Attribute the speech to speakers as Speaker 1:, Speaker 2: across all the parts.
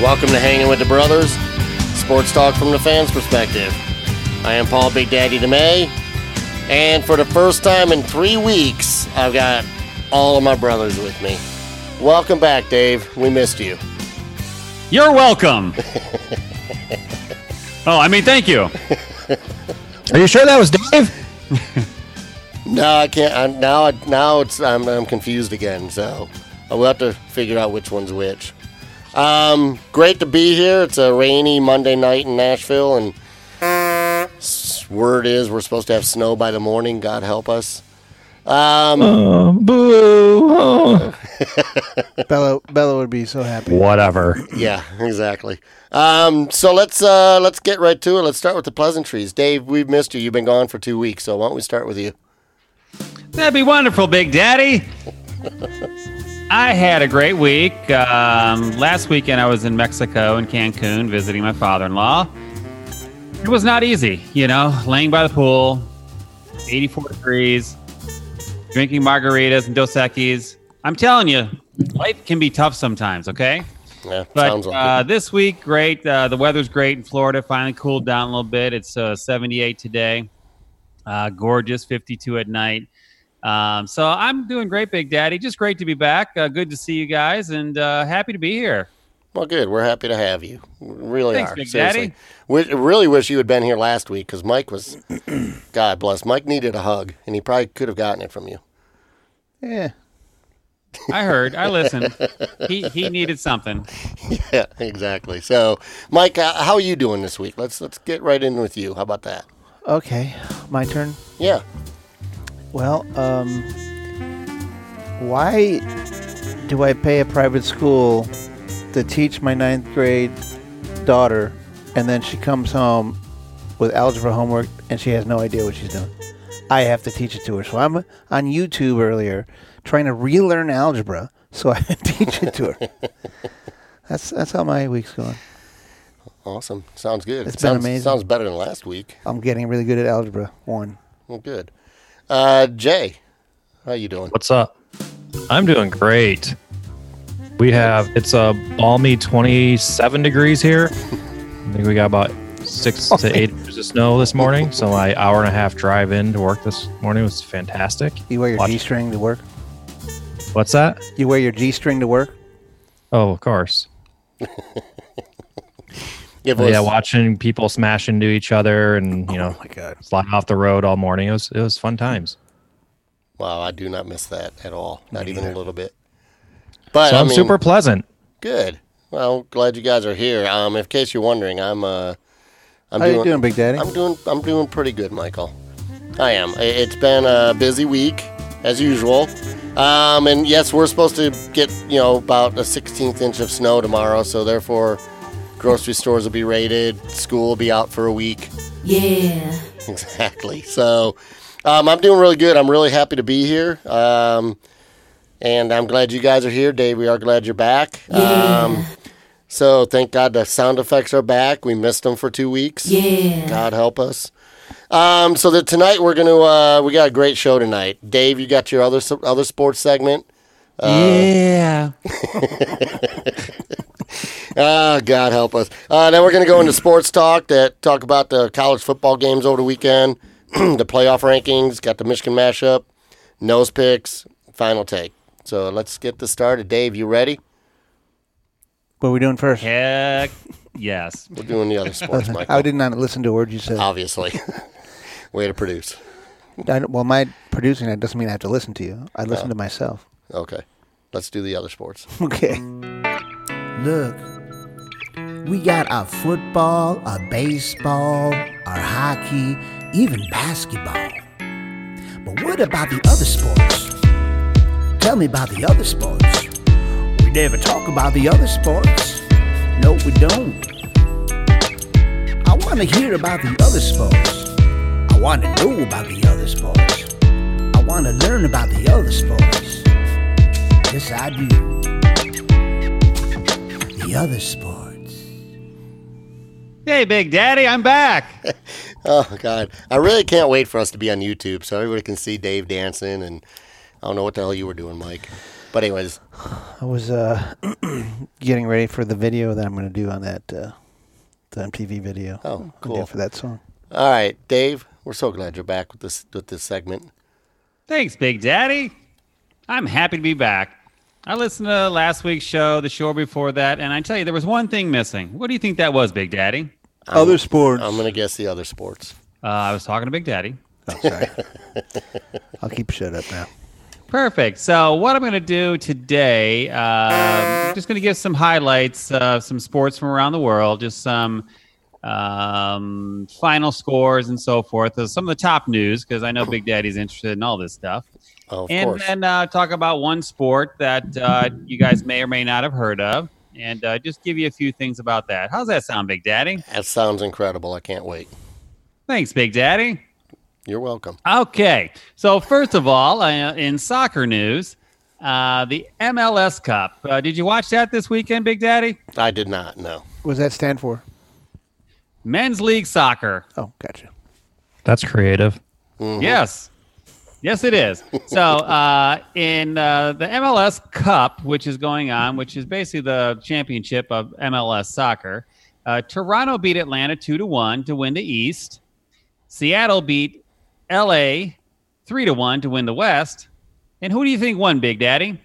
Speaker 1: Welcome to Hanging with the Brothers, sports talk from the fans' perspective. I am Paul Big Daddy DeMay, and for the first time in three weeks, I've got all of my brothers with me. Welcome back, Dave. We missed you.
Speaker 2: You're welcome. oh, I mean, thank you.
Speaker 3: Are you sure that was Dave?
Speaker 1: No, I can't. I'm, now, I- now it's I'm, I'm confused again. So I will have to figure out which one's which. Um, great to be here. It's a rainy Monday night in Nashville, and s- word is we're supposed to have snow by the morning. God help us.
Speaker 3: Boo.
Speaker 4: Bella Bella would be so happy.
Speaker 2: Whatever.
Speaker 1: Yeah, exactly. Um, so let's uh, let's get right to it. Let's start with the pleasantries. Dave, we've missed you. You've been gone for two weeks, so why don't we start with you?
Speaker 2: That'd be wonderful, Big Daddy. I had a great week. Um, last weekend, I was in Mexico in Cancun visiting my father in law. It was not easy, you know, laying by the pool, 84 degrees, drinking margaritas and Dos Equis. I'm telling you, life can be tough sometimes, okay?
Speaker 1: Yeah,
Speaker 2: But
Speaker 1: sounds like
Speaker 2: uh,
Speaker 1: it.
Speaker 2: this week, great. Uh, the weather's great in Florida. Finally cooled down a little bit. It's uh, 78 today. Uh, gorgeous, 52 at night. Um, so I'm doing great, Big Daddy. Just great to be back. Uh, good to see you guys, and uh, happy to be here.
Speaker 1: Well, good. We're happy to have you. We really
Speaker 2: Thanks,
Speaker 1: are.
Speaker 2: Big
Speaker 1: Seriously.
Speaker 2: Daddy.
Speaker 1: We really wish you had been here last week because Mike was, God bless, Mike needed a hug and he probably could have gotten it from you.
Speaker 4: Yeah.
Speaker 2: I heard. I listened. he he needed something.
Speaker 1: Yeah, exactly. So, Mike, uh, how are you doing this week? Let's let's get right in with you. How about that?
Speaker 4: Okay. My turn.
Speaker 1: Yeah.
Speaker 4: Well, um why do I pay a private school to teach my ninth grade daughter and then she comes home with algebra homework and she has no idea what she's doing? I have to teach it to her. So I'm on YouTube earlier trying to relearn algebra so I can teach it to her. that's that's how my week's going.
Speaker 1: Awesome. Sounds good.
Speaker 4: It's been
Speaker 1: sounds,
Speaker 4: amazing.
Speaker 1: Sounds better than last week.
Speaker 4: I'm getting really good at algebra. One.
Speaker 1: Well, good. Uh, Jay, how you doing?
Speaker 5: What's up? I'm doing great. We have it's a balmy 27 degrees here. I think we got about six to eight inches of snow this morning. So my hour and a half drive in to work this morning was fantastic.
Speaker 4: You wear your
Speaker 5: Watch-
Speaker 4: G string to work?
Speaker 5: What's that?
Speaker 4: You wear your G string to work?
Speaker 5: Oh, of course.
Speaker 1: Give
Speaker 4: Oh,
Speaker 5: But
Speaker 1: us-
Speaker 5: yeah, watching people smash into each other and you know uh,
Speaker 4: God.
Speaker 5: slide off the road all morning. It was it was fun times.
Speaker 1: Wow, I do not miss that at all. Not even a little bit. But
Speaker 5: So
Speaker 1: I
Speaker 5: I'm
Speaker 1: mean,
Speaker 5: super pleasant.
Speaker 1: good. Well, glad you guys are here. Um, in case you're wondering, I'm uh, I'm
Speaker 4: How you doing, Big Daddy?
Speaker 1: I'm doing I'm doing pretty good, Michael. I am. I- It's been a busy week as usual. Um, and yes, we're supposed to get you know about a 16th inch of snow tomorrow, so therefore, grocery stores will be raided, school will be out for a week.
Speaker 6: Yeah.
Speaker 1: Exactly. So um, I'm doing really good. I'm really happy to be here. Um, and I'm glad you guys are here. Dave, we are glad you're back. Um, so thank God the sound effects are back. We missed them for two weeks.
Speaker 6: Yeah.
Speaker 1: God help us. Um, so that tonight we're gonna uh, we got a great show tonight. Dave, you got your other other sports segment.
Speaker 2: yeah.
Speaker 1: Ah, God help us. Uh, then we're going to go into sports talk that talk about the college football games over the weekend, the playoff rankings, got the Michigan mashup, nose picks, final take. So let's get this started. Dave, you ready?
Speaker 4: what are we doing first?
Speaker 2: Heck, yes.
Speaker 1: We're doing the other sports, Michael. Uh,
Speaker 4: I did not listen to a word you said.
Speaker 1: Obviously. Way to produce.
Speaker 4: I, well, my producing that doesn't mean I have to listen to you. I
Speaker 1: Uh.
Speaker 4: listen to myself.
Speaker 1: Okay. Let's do the other sports.
Speaker 4: Okay.
Speaker 7: Look, we got our football, our baseball, our hockey, even basketball. But what about the other sports? Tell me about the other sports. We never talk about the other sports. No, we don't. I want to hear about the other sports. I want to know about the other sports. I want to learn about the other sports. Yes, I do the other sports.
Speaker 2: Hey, Big Daddy, I'm back.
Speaker 1: Oh, God. I really can't wait for us to be on YouTube so everybody can see Dave dancing. And I don't know what the hell you were doing, Mike. But, anyways,
Speaker 4: I was uh, getting ready for the video that I'm going to do on that uh, the MTV video.
Speaker 1: Oh,
Speaker 4: I did
Speaker 1: cool.
Speaker 4: for that song.
Speaker 1: All right, Dave. We're so glad you're back with this with this segment.
Speaker 2: Thanks, Big Daddy. I'm happy to be back. I listened to last week's show, the show before that, and I tell you, there was one thing missing. What do you think that was, Big Daddy?
Speaker 4: Other sports.
Speaker 1: I'm gonna guess the other sports.
Speaker 2: Uh, I was talking to Big Daddy.
Speaker 4: I'll keep shut up now.
Speaker 2: Perfect. So, what I'm going to do today, uh, I'm just going to give some highlights of some sports from around the world, just some um, final scores and so forth, uh, some of the top news, because I know Big Daddy's interested in all this stuff.
Speaker 1: Oh, of
Speaker 2: and
Speaker 1: course.
Speaker 2: then uh, talk about one sport that uh, you guys may or may not have heard of, and uh, just give you a few things about that. How's that sound, Big Daddy?
Speaker 1: that sounds incredible. I can't wait.
Speaker 2: Thanks, Big Daddy.
Speaker 1: You're welcome.
Speaker 2: Okay. So, first of all, uh, in soccer news, uh, the MLS Cup. Uh, did you watch that this weekend, Big Daddy?
Speaker 1: I did not know.
Speaker 4: What does that stand for?
Speaker 2: Men's League Soccer.
Speaker 4: Oh, gotcha.
Speaker 5: That's creative.
Speaker 2: Yes. Yes, it is. So, uh, in uh, the MLS Cup, which is going on, which is basically the championship of MLS soccer, uh, Toronto beat Atlanta 2 to 1 to win the East. Seattle beat LA 3 to 1 to win the West. And who do you think won, Big Daddy?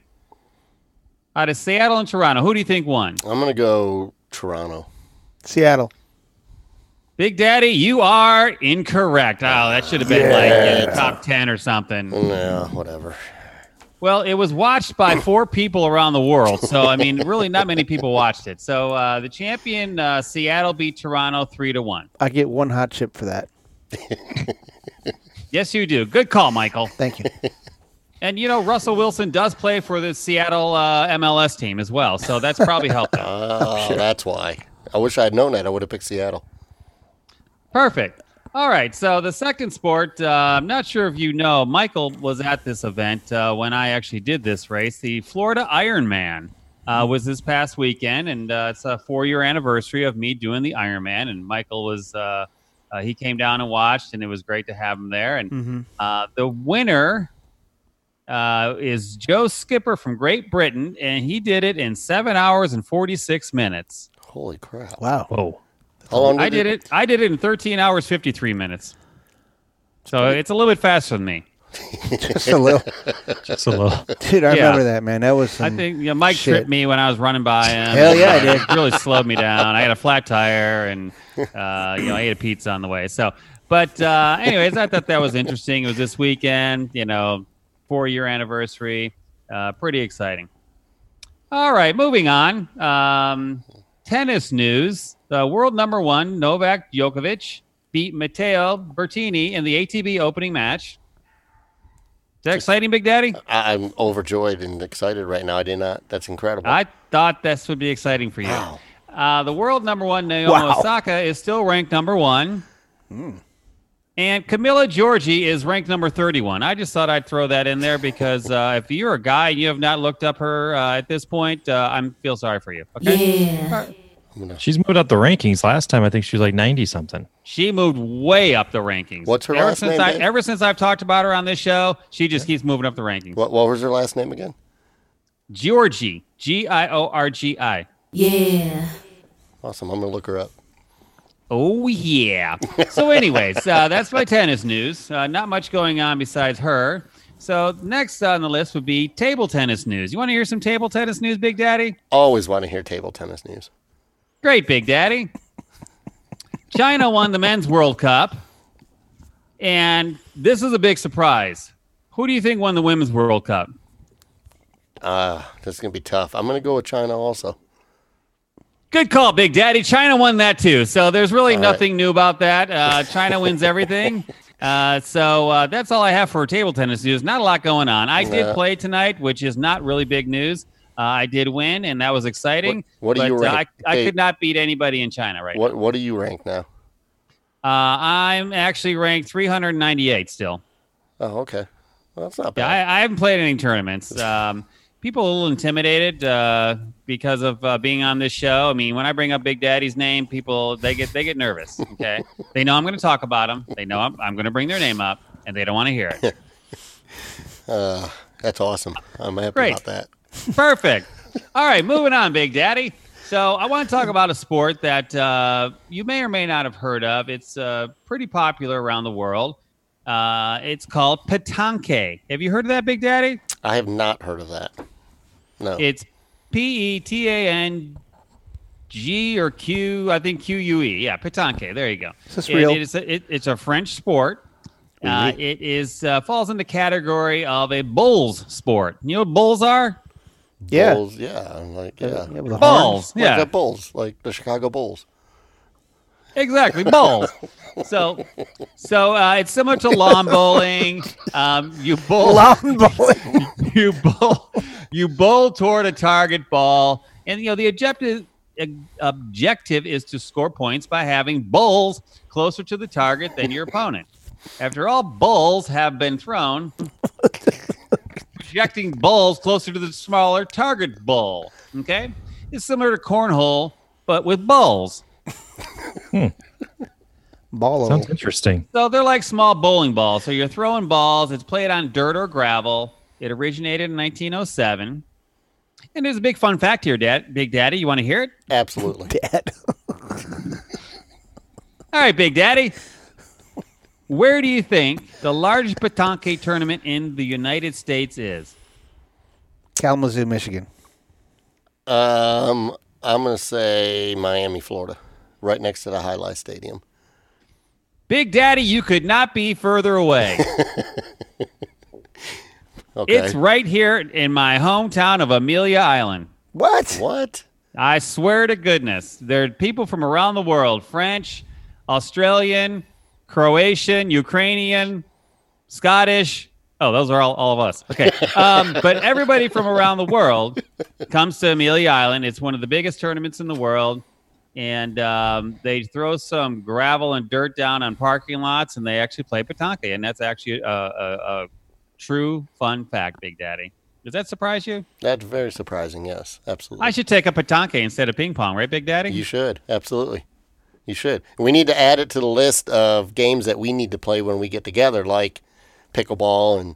Speaker 2: Out of Seattle and Toronto, who do you think won?
Speaker 1: I'm gonna go Toronto.
Speaker 4: Seattle.
Speaker 2: Big Daddy, you are incorrect. Oh, that should have been like in the top 10 or something.
Speaker 1: Nah, whatever.
Speaker 2: Well, it was watched by four people around the world. So, I mean, really, not many people watched it. So, uh, the champion, uh, Seattle beat Toronto 3 to 1.
Speaker 4: I get one hot chip for that.
Speaker 2: Yes, you do. Good call, Michael.
Speaker 4: Thank you.
Speaker 2: And, you know, Russell Wilson does play for the Seattle uh, MLS team as well. So, that's probably helped out.
Speaker 1: Oh, that's why. I wish I had known that. I would have picked Seattle.
Speaker 2: Perfect. All right. So the second sport, uh, I'm not sure if you know, Michael was at this event uh, when I actually did this race. The Florida Ironman uh, was this past weekend, and uh, it's a four year anniversary of me doing the Ironman. And Michael was, uh, uh, he came down and watched, and it was great to have him there.
Speaker 4: Mm.
Speaker 2: And uh, the winner uh, is Joe Skipper from Great Britain, and he did it in seven hours and 46 minutes.
Speaker 1: Holy crap!
Speaker 4: Wow.
Speaker 5: Whoa.
Speaker 1: How long
Speaker 2: I did it. I did it in 13 hours 53 minutes. So it's a little bit faster than me.
Speaker 4: Just a little.
Speaker 5: Just a little.
Speaker 4: Dude, I
Speaker 2: Yeah.
Speaker 4: remember that, man. That was some,
Speaker 2: I think you know, Mike
Speaker 4: shit.
Speaker 2: tripped me when I was running by him.
Speaker 4: Hell yeah, I did.
Speaker 2: It really slowed me down. I had a flat tire, and uh, you know I ate a pizza on the way. So, but uh, anyways, I thought that was interesting. It was this weekend. You know, four year anniversary. Uh, pretty exciting. All right, moving on. Um, tennis news: The world number one Novak Djokovic beat Matteo Bertini in the ATP opening match. Is that exciting, Big Daddy?
Speaker 1: I, I'm overjoyed and excited right now. I did not. That's incredible.
Speaker 2: I thought this would be exciting for you.
Speaker 1: Wow.
Speaker 2: Uh, the world number one Naomi
Speaker 4: Wow.
Speaker 2: Osaka is still ranked number one,
Speaker 1: Hmm.
Speaker 2: and Camilla Giorgi is ranked number thirty-one. I just thought I'd throw that in there because uh, if you're a guy and you have not looked up her uh, at this point, uh, I am feel sorry for you. Okay,
Speaker 5: She's moved up the rankings. Last time, I think she was like 90 something.
Speaker 2: she moved way up the rankings.
Speaker 1: What's her
Speaker 2: ever
Speaker 1: last
Speaker 2: since
Speaker 1: name,
Speaker 2: I,
Speaker 1: Dave?
Speaker 2: ever since I've talked about her on this show, she just keeps moving up the rankings.
Speaker 1: what, what was her last name again?
Speaker 2: Georgie, G I O R G I.
Speaker 1: Awesome. I'm gonna look her up.
Speaker 2: Oh yeah. So, anyways, uh, that's my tennis news. Uh, not much going on besides her. So next on the list would be table tennis news. You want to hear some table tennis news, Big Daddy?
Speaker 1: Always want to hear table tennis news.
Speaker 2: Great, Big Daddy. China won the men's World Cup, and this is a big surprise. Who do you think won the women's World Cup?
Speaker 1: Ah, this is gonna be tough. I'm gonna go with China also.
Speaker 2: Good call, Big Daddy. China won that too. So there's really
Speaker 1: All right.
Speaker 2: nothing new about that. Uh, China wins everything. Uh, so uh, that's all I have for table tennis news. Not a lot going on. I
Speaker 1: Yeah.
Speaker 2: did play tonight, which is not really big news. Uh, I did win, and that was exciting.
Speaker 1: What- what
Speaker 2: but,
Speaker 1: do you
Speaker 2: uh,
Speaker 1: rank?
Speaker 2: I, I
Speaker 1: Hey.
Speaker 2: could not beat anybody in China right
Speaker 1: What What do you rank now?
Speaker 2: now. Uh, I'm actually ranked 398 still.
Speaker 1: Oh, okay. Well, that's not
Speaker 2: Yeah,
Speaker 1: bad.
Speaker 2: I, I haven't played any tournaments. Um, people are a little intimidated uh, because of uh, being on this show. I mean, when I bring up Big Daddy's name, people they get they get nervous. Okay, they know I'm going to talk about them. They know I'm, I'm going to bring their name up, and they don't want to hear it.
Speaker 1: uh, that's awesome. I'm happy
Speaker 2: Great.
Speaker 1: about that.
Speaker 2: Perfect. All right, moving on, Big Daddy. So I want to talk about a sport that uh, you may or may not have heard of. It's uh, pretty popular around the world. Uh, it's called petanque. Have you heard of that, Big Daddy?
Speaker 1: I have not heard of that. No.
Speaker 2: It's P E T A N G or Q. I think Q U E. Yeah, petanque. There you go.
Speaker 4: Is this
Speaker 2: It-
Speaker 4: real?
Speaker 2: it is a, it, it's a French sport. Uh, it is uh, falls in the category of a bulls sport. You know what bulls are?
Speaker 4: Yeah.
Speaker 1: Bulls, yeah. I'm Like, yeah.
Speaker 4: Yeah, with a horn.
Speaker 2: Bulls. Yeah.
Speaker 1: Like the Bulls, like the Chicago Bulls.
Speaker 2: Exactly, bowls. so, so uh, it's similar to lawn bowling. Um, you bowl,
Speaker 4: Lawn bowling.
Speaker 2: you bowl, you bowl toward a target ball, and you know the objective objective is to score points by having bowls closer to the target than your opponent. After all, bowls have been thrown, projecting bowls closer to the smaller target bowl. Okay, it's similar to cornhole, but with bowls.
Speaker 4: Ball
Speaker 5: Sounds interesting.
Speaker 2: So they're like small bowling balls. So you're throwing balls. It's played on dirt or gravel. It originated in 1907. And there's a big fun fact here, Dad. Big Daddy, you want to hear it?
Speaker 1: Absolutely.
Speaker 4: Dad.
Speaker 2: All right, Big Daddy. Where do you think the largest petanque tournament in the United States is?
Speaker 4: Kalamazoo, Michigan.
Speaker 1: Um, I'm gonna say Miami, Florida, right next to the High Life Stadium.
Speaker 2: Big Daddy, you could not be further away.
Speaker 1: Okay.
Speaker 2: it's right here in my hometown of Amelia Island.
Speaker 4: What?
Speaker 1: what?
Speaker 2: I swear to goodness, there are people from around the world French, Australian, Croatian, Ukrainian, Scottish. Oh, those are all, all of us. Okay. Um, but everybody from around the world comes to Amelia Island. It's one of the biggest tournaments in the world. And um, they throw some gravel and dirt down on parking lots and they actually play petanque. And that's actually a, a, a true fun fact, Big Daddy. Does that surprise you?
Speaker 1: That's very surprising. Yes, absolutely.
Speaker 2: I should take a petanque instead of ping pong, right, Big Daddy?
Speaker 1: You should absolutely. You should. We need to add it to the list of games that we need to play when we get together, like pickleball and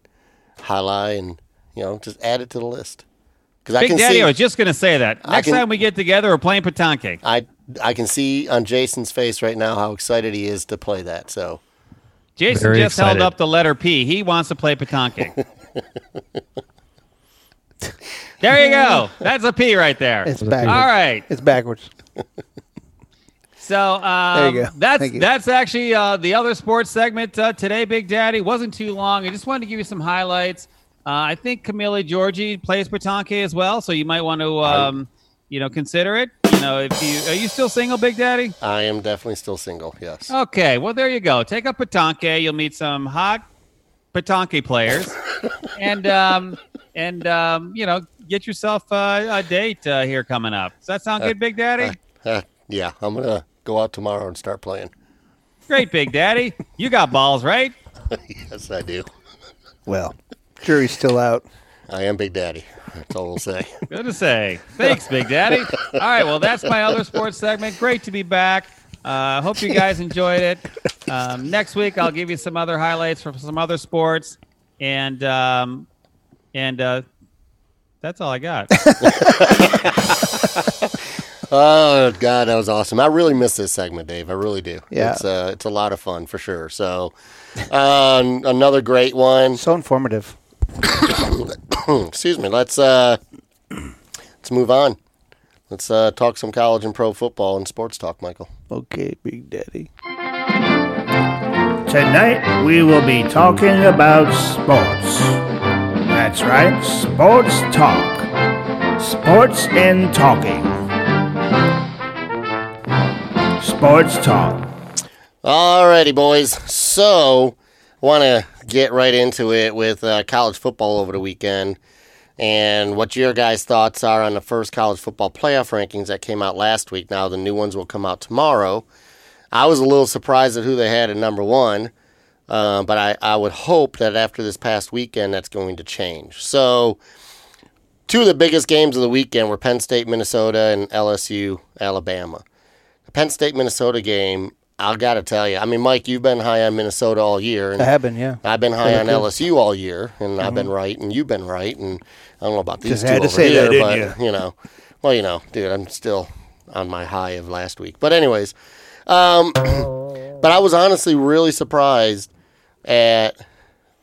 Speaker 1: high lie, and you know, just add it to the list. Because I
Speaker 2: Big
Speaker 1: can
Speaker 2: Daddy,
Speaker 1: see,
Speaker 2: I was just gonna say that.
Speaker 1: I
Speaker 2: Next
Speaker 1: can-
Speaker 2: time we get together, we're playing petanque.
Speaker 1: I I can see on Jason's face right now how excited he is to play that. So
Speaker 2: Jason
Speaker 5: Very
Speaker 2: just
Speaker 5: excited.
Speaker 2: held up the letter P. He wants to play petanque. there you go. That's a P right there.
Speaker 4: It's
Speaker 5: All
Speaker 2: All
Speaker 4: backwards.
Speaker 2: right.
Speaker 4: It's backwards.
Speaker 2: So um,
Speaker 4: There you go.
Speaker 2: that's
Speaker 4: Thank you.
Speaker 2: that's actually uh, the other sports segment uh, today. Big Daddy wasn't too long. I just wanted to give you some highlights. Uh, I think Camila Georgie plays petanque as well, so you might want to um, you know consider it. You know, if you are you still single, Big Daddy?
Speaker 1: I am definitely still single. Yes.
Speaker 2: Okay, well there you go. Take up petanque. You'll meet some hot petanque players, and um, and um, you know get yourself uh, a date uh, here coming up. Does that sound good, Big Daddy?
Speaker 1: Uh, yeah, I'm gonna go out tomorrow and start playing.
Speaker 2: Great, Big Daddy. You got balls, right?
Speaker 1: yes, I do.
Speaker 4: Well, jury's still out.
Speaker 1: I am Big Daddy. That's all we'll say.
Speaker 2: Good to say. Thanks, Big Daddy. All right, well that's my other sports segment. Great to be back. Uh, hope you guys enjoyed it. Um, next week I'll give you some other highlights from some other sports, and um, and uh, that's all I got.
Speaker 1: oh God, that was awesome. I really miss this segment, Dave. I really do.
Speaker 4: Yeah.
Speaker 1: it's uh, it's a lot of fun for sure. So, um, another great one.
Speaker 4: So informative.
Speaker 1: Excuse me. Let's uh, let's move on. Let's uh, talk some college and pro football and sports talk, Michael.
Speaker 4: Okay, Big Daddy.
Speaker 7: Tonight we will be talking about sports. That's right, sports talk. Sports and talking. Sports talk.
Speaker 1: Alrighty, boys. So, want to get right into it with uh, college football over the weekend and what your guys' thoughts are on the first college football playoff rankings that came out last week. Now, the new ones will come out tomorrow. I was a little surprised at who they had at number one, uh, but I, I would hope that after this past weekend, that's going to change. So, two of the biggest games of the weekend were Penn State, Minnesota, and LSU, Alabama. The Penn State Minnesota game, I gotta tell you, I mean, Mike, you've been high on Minnesota all year,
Speaker 4: I
Speaker 1: and
Speaker 4: have been, yeah.
Speaker 1: I've been high
Speaker 4: Yeah,
Speaker 1: on
Speaker 4: cool.
Speaker 1: LSU all year, and I've been right, and you've been right, and I don't know about these
Speaker 4: Uh-huh. Just
Speaker 1: two
Speaker 4: had to
Speaker 1: over
Speaker 4: say
Speaker 1: here,
Speaker 4: that, didn't
Speaker 1: but
Speaker 4: you?
Speaker 1: know, well, you know, dude, I'm still on my high of last week. But anyways, um, but I was honestly really surprised at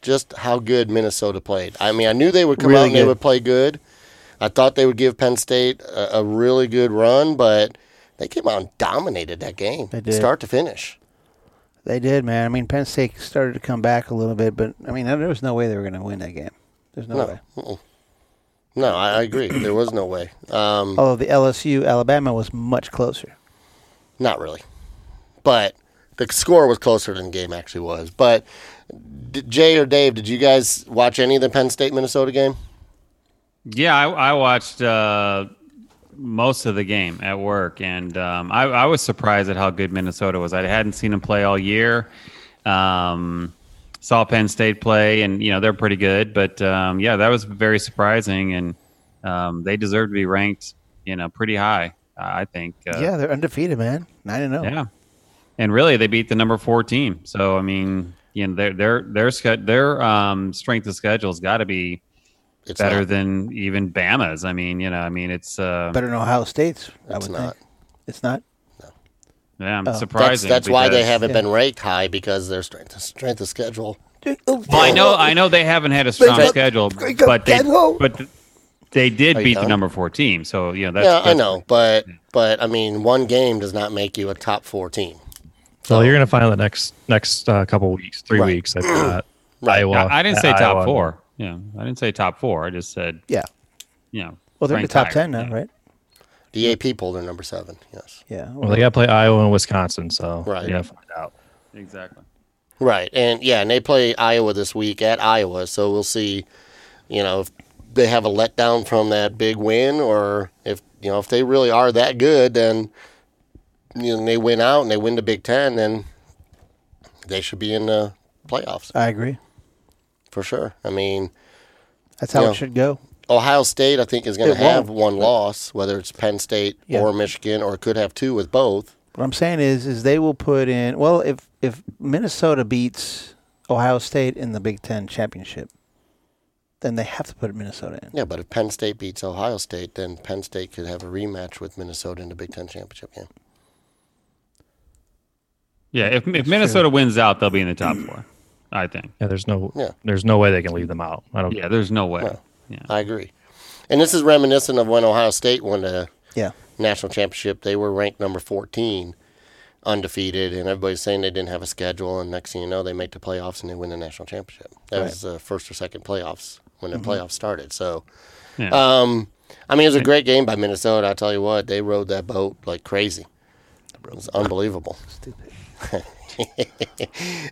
Speaker 1: just how good Minnesota played. I mean, I knew they would come out
Speaker 4: Really
Speaker 1: and they
Speaker 4: good.
Speaker 1: would play good. I thought they would give Penn State a, a really good run, but they came out and dominated that game,
Speaker 4: They did.
Speaker 1: start to finish.
Speaker 4: They did, man. I mean, Penn State started to come back a little bit, but I mean, there was no way they were going to win that game. There's no,
Speaker 1: No.
Speaker 4: way.
Speaker 1: No, I, I agree. There was no way. Um,
Speaker 4: Although the LSU Alabama was much closer.
Speaker 1: Not really. But the score was closer than the game actually was. But d- Jay or Dave, did you guys watch any of the Penn State Minnesota game?
Speaker 2: Yeah, I, I watched uh, most of the game at work, and um, I, I was surprised at how good Minnesota was. I hadn't seen them play all year. Um, saw Penn State play, and you know they're pretty good, but um, yeah, that was very surprising, and um, they deserve to be ranked, you know, pretty high. I think. Uh,
Speaker 4: yeah, they're undefeated, man. Nine and oh. zero.
Speaker 2: yeah, and really, they beat the number four team. So I mean, you know, their their their sched- their um, strength of schedule's got to be
Speaker 1: It's
Speaker 2: better
Speaker 1: not.
Speaker 2: than even Bama's. I mean, you know, I mean, it's uh,
Speaker 4: Better than Ohio State's. I
Speaker 1: It's
Speaker 4: would
Speaker 1: not.
Speaker 4: think. It's not.
Speaker 2: yeah,
Speaker 4: uh,
Speaker 2: I'm
Speaker 1: That's,
Speaker 2: surprising.
Speaker 1: that's why they
Speaker 2: because-
Speaker 1: haven't been ranked high because their strength strength of schedule.
Speaker 2: Well, I know, I know they haven't had a strong
Speaker 1: got-
Speaker 2: schedule,
Speaker 1: they got
Speaker 2: but they,
Speaker 1: Kenho.
Speaker 2: but th- they did
Speaker 1: Are Oh, you
Speaker 2: beat the
Speaker 1: done?
Speaker 2: number four team. So you know, that's,
Speaker 1: Yeah, I
Speaker 2: that's-
Speaker 1: know, but but I mean, one game does not make you a top four team.
Speaker 5: So you're gonna find out the next next uh, couple weeks, three
Speaker 1: Right.
Speaker 5: weeks. I've got
Speaker 1: Right.
Speaker 5: Iowa.
Speaker 2: I, I didn't say
Speaker 5: uh,
Speaker 2: top
Speaker 5: Iowa.
Speaker 2: four. Yeah, I didn't say top four. I just said
Speaker 4: Yeah.
Speaker 2: you know.
Speaker 4: Well, they're in the
Speaker 2: ranked
Speaker 4: top
Speaker 2: higher.
Speaker 4: ten now,
Speaker 2: Yeah.
Speaker 4: right?
Speaker 1: The AP poll, they're number seven. Yes.
Speaker 4: Yeah.
Speaker 5: Well, they got to play Iowa and Wisconsin, so
Speaker 1: Right.
Speaker 5: you're gonna find out.
Speaker 2: Exactly.
Speaker 1: Right, and yeah, and they play Iowa this week at Iowa, so we'll see. You know, if they have a letdown from that big win, or if you know if they really are that good, then you know they win out and they win the Big Ten, then they should be in the playoffs
Speaker 4: I agree.
Speaker 1: for sure. I mean,
Speaker 4: That's how
Speaker 1: Yeah.
Speaker 4: it should go.
Speaker 1: Ohio State, I think, is going to
Speaker 4: It won't.
Speaker 1: have one loss, whether it's Penn State
Speaker 4: Yeah.
Speaker 1: or Michigan, or could have two with both.
Speaker 4: What I'm saying is, is they will put in. Well, if if Minnesota beats Ohio State in the Big Ten championship, then they have to put Minnesota in.
Speaker 1: Yeah, but if Penn State beats Ohio State, then Penn State could have a rematch with Minnesota in the Big Ten championship game.
Speaker 2: Yeah, if if Minnesota wins out, they'll be in the top four. I think.
Speaker 5: Yeah, there's no
Speaker 1: Yeah.
Speaker 5: there's no way they can leave them out. I don't.
Speaker 2: Yeah, there's no way. yeah.
Speaker 1: I agree. And this is reminiscent of when Ohio State won the
Speaker 4: Yeah.
Speaker 1: national championship. They were ranked number 14, undefeated, and everybody's saying they didn't have a schedule. And next thing you know, they make the playoffs and they win the national championship. That was the first or second playoffs when
Speaker 4: Mm-hmm.
Speaker 1: the playoffs started. So,
Speaker 2: Yeah.
Speaker 1: um, I mean, it was a great game by Minnesota. I tell you what, they rode that boat like crazy. It was unbelievable.
Speaker 4: Stupid.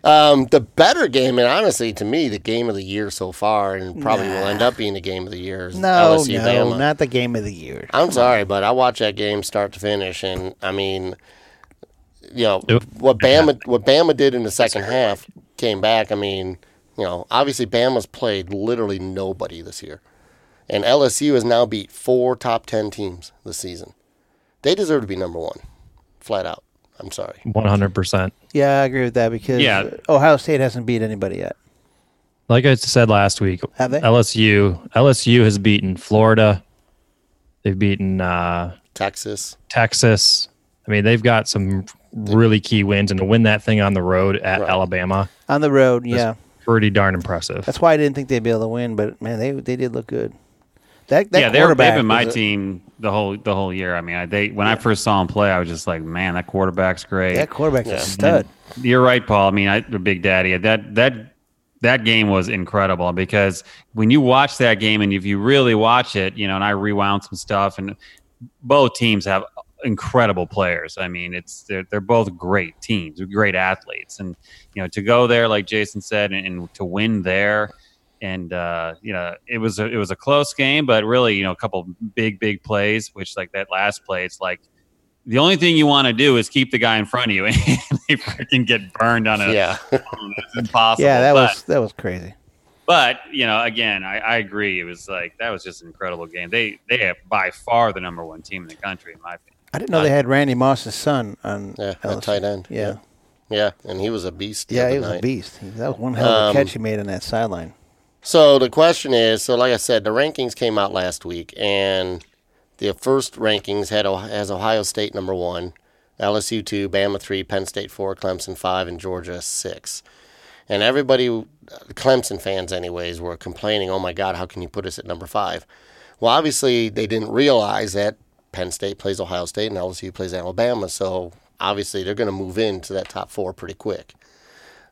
Speaker 1: Um, the better game, and honestly, to me, the game of the year so far, and probably will end up being the game of the year. Is
Speaker 4: No,
Speaker 1: LSU
Speaker 4: no,
Speaker 1: Bama.
Speaker 4: not the game of the year.
Speaker 1: I'm sorry, but I watched that game start to finish, and I mean, you know,
Speaker 5: Nope.
Speaker 1: what Bama what Bama did in the second half came back. I mean, you know, obviously Bama's played literally nobody this year, and LSU has now beat four top ten teams this season. They deserve to be number one, flat out. I'm sorry.
Speaker 5: One hundred percent.
Speaker 4: Yeah, I agree with that because
Speaker 2: Yeah.
Speaker 4: Ohio State hasn't beat anybody yet.
Speaker 5: Like I said last week,
Speaker 4: Have they?
Speaker 5: LSU LSU has beaten Florida. They've beaten uh,
Speaker 1: Texas,
Speaker 5: Texas. I mean, they've got some really key wins, and to win that thing on the road at
Speaker 1: Right.
Speaker 5: Alabama,
Speaker 4: On the road, yeah.
Speaker 5: pretty darn impressive.
Speaker 4: That's why I didn't think they'd be able to win, but man, they they did look good. That, that
Speaker 2: yeah, they're, they've
Speaker 4: quarterback
Speaker 2: been my
Speaker 4: was a-
Speaker 2: team the whole the whole year. I mean, I, they when I first saw him play, I was just like, man, that quarterback's great.
Speaker 4: That quarterback's
Speaker 1: Yeah.
Speaker 4: a stud.
Speaker 2: You're right, Paul. I mean, I, Big Daddy, that that that game was incredible because when you watch that game and if you really watch it, you know, and I rewound some stuff, and both teams have incredible players. I mean, it's they're, they're both great teams, great athletes, and you know, to go there, like Jason said, and, and to win there. And uh, you know it was a, it was a close game, but really you know a couple big big plays, which like that last play, it's like the only thing you want to do is keep the guy in front of you, and they freaking get burned on a
Speaker 1: yeah,
Speaker 2: it's impossible.
Speaker 4: Yeah, that
Speaker 2: but,
Speaker 4: was that was crazy.
Speaker 2: But you know, again, I, I agree. It was like that was just an incredible game. They they have by far the number one team in the country, in my opinion.
Speaker 4: I didn't know they had Randy Moss's son on
Speaker 1: yeah, that
Speaker 4: LSU.
Speaker 1: tight end.
Speaker 4: Yeah.
Speaker 1: Yeah, and he was a beast. the
Speaker 4: Yeah,
Speaker 1: other
Speaker 4: he was a
Speaker 1: night. Um,
Speaker 4: beast. He- That was one hell of a catch he made on that sideline.
Speaker 1: So the question is, so like I said, the rankings came out last week, and the first rankings had Ohio, has Ohio State number one, LSU two, Bama three, Penn State four, Clemson five, and Georgia six. And everybody, Clemson fans anyways, were complaining, "Oh my God, how can you put us at number five? Well, obviously they didn't realize that Penn State plays Ohio State and LSU plays Alabama, so obviously they're going to move into that top four pretty quick.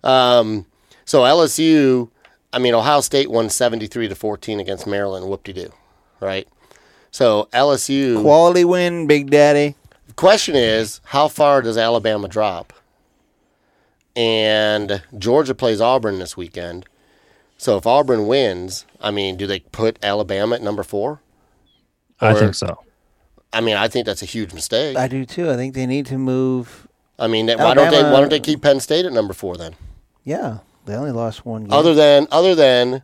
Speaker 1: Um, So LSU, I mean Ohio State won seventy three to fourteen against Maryland. Whoop de doo, right? So LSU.
Speaker 4: Quality win, Big Daddy.
Speaker 1: question is, how far does Alabama drop? And Georgia plays Auburn this weekend. So if Auburn wins, I mean, do they put Alabama at number four?
Speaker 5: I
Speaker 1: Or-
Speaker 5: think so.
Speaker 1: I mean, I think that's a huge mistake.
Speaker 4: I do too. I think they need to move.
Speaker 1: I mean, that- why don't they why
Speaker 4: Alabama-
Speaker 1: don't they keep Penn State at number four then?
Speaker 4: Yeah, they only lost one game.
Speaker 1: Other than other than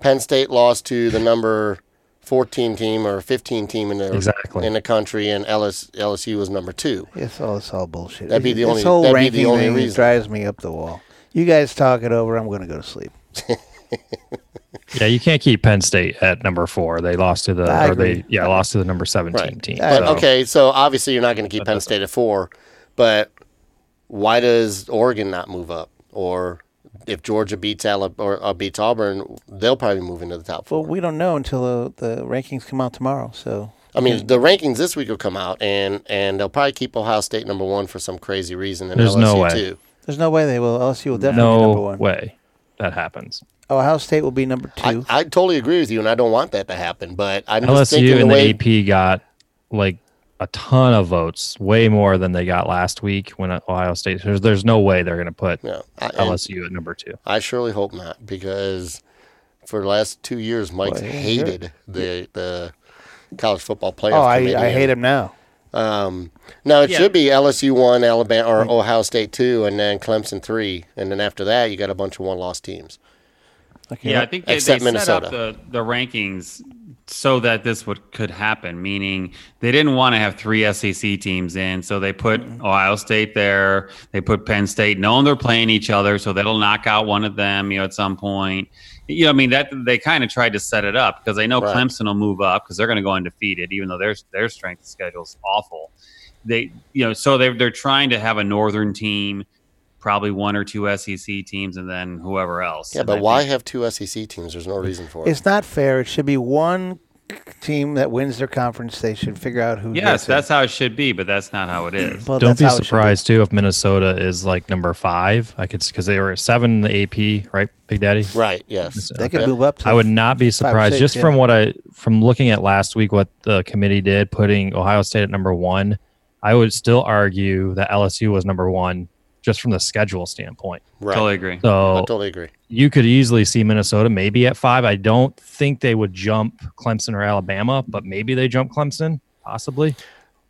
Speaker 1: Penn State lost to the number fourteen team or fifteen team in the
Speaker 5: Exactly.
Speaker 1: in the country, and LS, LSU was number two.
Speaker 4: it's all it's all bullshit.
Speaker 1: That'd be the
Speaker 4: this
Speaker 1: only-
Speaker 4: whole
Speaker 1: that'd be
Speaker 4: ranking
Speaker 1: the only
Speaker 4: thing
Speaker 1: reason.
Speaker 4: drives me up the wall. You guys talk it over. I'm going to go to sleep.
Speaker 5: Yeah, you can't keep Penn State at number four. They lost to
Speaker 4: I
Speaker 5: the or
Speaker 4: agree.
Speaker 5: they yeah lost to the number seventeen
Speaker 1: Right.
Speaker 5: team.
Speaker 1: But
Speaker 4: um,
Speaker 5: so-
Speaker 1: Uh, okay, so obviously you're not going to keep Penn State at four, but why does Oregon not move up? Or if Georgia beats Alabama or uh, beats Auburn, they'll probably move into the top four.
Speaker 4: Well, we don't know until uh, the, the rankings come out tomorrow. So
Speaker 1: I mean, the rankings this week will come out, and and they'll probably keep Ohio State number one for some crazy reason, and
Speaker 5: There's
Speaker 1: LSU
Speaker 5: no way.
Speaker 1: too.
Speaker 4: there's no way they will. LSU will definitely be number
Speaker 5: no
Speaker 4: one. Oh,
Speaker 5: way that happens.
Speaker 4: Ohio State will be number
Speaker 1: I,
Speaker 4: two.
Speaker 1: I totally agree with you, and I don't want that to happen. But I'm just thinking
Speaker 5: LSU
Speaker 1: the
Speaker 5: and
Speaker 1: way
Speaker 5: the AP got like a ton of votes, way more than they got last week when Ohio State. There's, there's no way they're going to put
Speaker 1: No, I- and-
Speaker 5: LSU at number two.
Speaker 1: I surely hope not, because for the last two years, Mike's
Speaker 4: Well, yeah, sure.
Speaker 1: hated the the college football playoff.
Speaker 4: oh, I,
Speaker 1: committee.
Speaker 4: I hate him now.
Speaker 1: Um, no, it
Speaker 2: Yeah.
Speaker 1: should be LSU one, Alabama or Ohio State two, and then Clemson three, and then after that, you got a bunch of one loss teams.
Speaker 4: Okay,
Speaker 2: Yeah, I think they, they
Speaker 1: Except
Speaker 2: set up
Speaker 1: Minnesota.
Speaker 2: the, the rankings so that this would could happen. Meaning they didn't want to have three SEC teams in, so they put
Speaker 1: Mm-hmm.
Speaker 2: Ohio State there, they put Penn State, knowing they're playing each other, so that'll knock out one of them, you know, at some point. You know, I mean that they kind of tried to set it up because they know
Speaker 1: Right.
Speaker 2: Clemson will move up because they're going to go undefeated, even though their their strength of schedule is awful. They, you know, so they they're trying to have a northern team, probably one or two SEC teams, and then whoever else.
Speaker 1: Yeah,
Speaker 2: And
Speaker 1: but
Speaker 2: I think-
Speaker 1: why have two SEC teams? There's no reason for it.
Speaker 4: It's not fair. It should be one team that wins their conference. They should figure out who.
Speaker 2: Yes,
Speaker 4: gets
Speaker 2: that's how it should be, but that's not how it
Speaker 4: It.
Speaker 2: is.
Speaker 4: Well,
Speaker 5: Don't
Speaker 4: that's
Speaker 5: be
Speaker 4: how it should
Speaker 5: surprised too if Minnesota is like number five. I could because they were at seven in the AP, right, Big Daddy?
Speaker 1: Right? Yes.
Speaker 4: They could move up. To
Speaker 5: I would not be surprised
Speaker 4: six,
Speaker 5: just
Speaker 4: yeah.
Speaker 5: from what I from looking at last week what the committee did putting Ohio State at number 1. I would still argue that LSU was number 1 just from the schedule standpoint.
Speaker 1: Right.
Speaker 2: Totally agree.
Speaker 1: I
Speaker 5: So
Speaker 1: totally agree.
Speaker 5: you could easily see Minnesota maybe at 5. I don't think they would jump Clemson or Alabama, but maybe they jump Clemson possibly.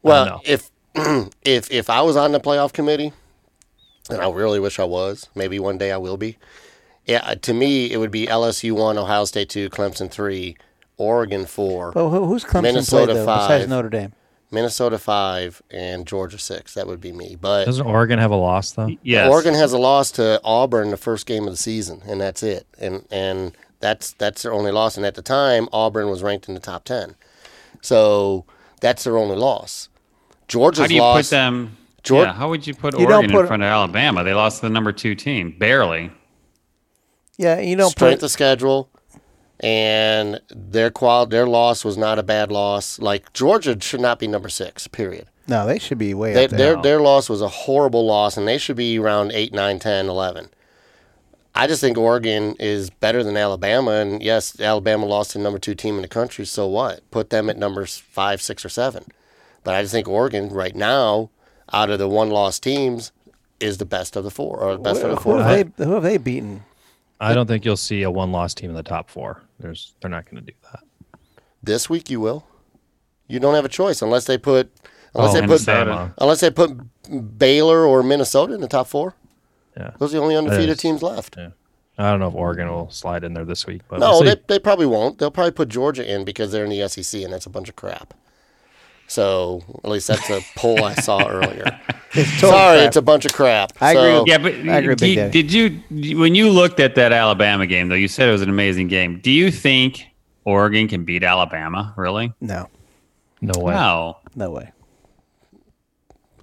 Speaker 1: Well,
Speaker 5: know.
Speaker 1: if if if I was on the playoff committee, and I really wish I was, maybe one day I will be. Yeah, uh, to me, it would be LSU one, Ohio State two, Clemson three, Oregon four,
Speaker 4: Well, who, who's Clemson
Speaker 1: Minnesota
Speaker 4: played though,
Speaker 1: five.
Speaker 4: besides Notre Dame?
Speaker 1: Minnesota five, and Georgia six. That would be me. But
Speaker 5: Doesn't Oregon have a loss though?
Speaker 2: Yes.
Speaker 1: Oregon has a loss to Auburn the first game of the season, and that's it. And and that's that's their only loss. And at the time, Auburn was ranked in the top ten, so that's their only loss. Georgia's
Speaker 2: How do you
Speaker 1: loss.
Speaker 2: put them?
Speaker 1: Geor-
Speaker 2: yeah, how would you put
Speaker 4: You don't
Speaker 2: Oregon
Speaker 4: put-
Speaker 2: in front of Alabama? They lost to the number two team barely.
Speaker 4: Yeah, you don't
Speaker 1: strength
Speaker 4: put.
Speaker 1: of schedule, and their qual their loss was not a bad loss. Like Georgia should not be number six. Period.
Speaker 4: No, they should be way
Speaker 1: They,
Speaker 4: up there.
Speaker 1: their their loss was a horrible loss, and they should be around 8, 9, 10, 11. I just think Oregon is better than Alabama, and yes, Alabama lost to the number two team in the country. So what? Put them at numbers five, six, or seven. But I just think Oregon right now, out of the one loss teams, is the best of the four or the best
Speaker 4: Who,
Speaker 1: of the four.
Speaker 4: who have they, who have they beaten?
Speaker 5: I don't think you'll see a one-loss team in the top 4. There's they're not going to do that.
Speaker 1: This week you will. You don't have a choice unless they put unless
Speaker 5: Oh,
Speaker 1: they put
Speaker 5: Minnesota.
Speaker 1: unless they put Baylor or Minnesota in the top four.
Speaker 5: Yeah.
Speaker 1: Those are the only undefeated
Speaker 5: is-
Speaker 1: teams left.
Speaker 5: I don't know if Oregon will slide in there this week, but
Speaker 1: No,
Speaker 5: we'll see.
Speaker 1: they, they probably won't. They'll probably put Georgia in because they're in the E SEC and that's a bunch of crap. So at least that's a poll I saw earlier.
Speaker 4: It's total
Speaker 1: Sorry,
Speaker 4: crap.
Speaker 1: it's a bunch of crap.
Speaker 4: I agree with-
Speaker 2: Yeah, but
Speaker 4: Oh, I agree with Big
Speaker 2: did,
Speaker 4: Daddy.
Speaker 2: did you when you looked at that Alabama game though? You said it was an amazing game. Do you think Oregon can beat Alabama? Really?
Speaker 4: no,
Speaker 5: No way.
Speaker 2: No.
Speaker 4: no way.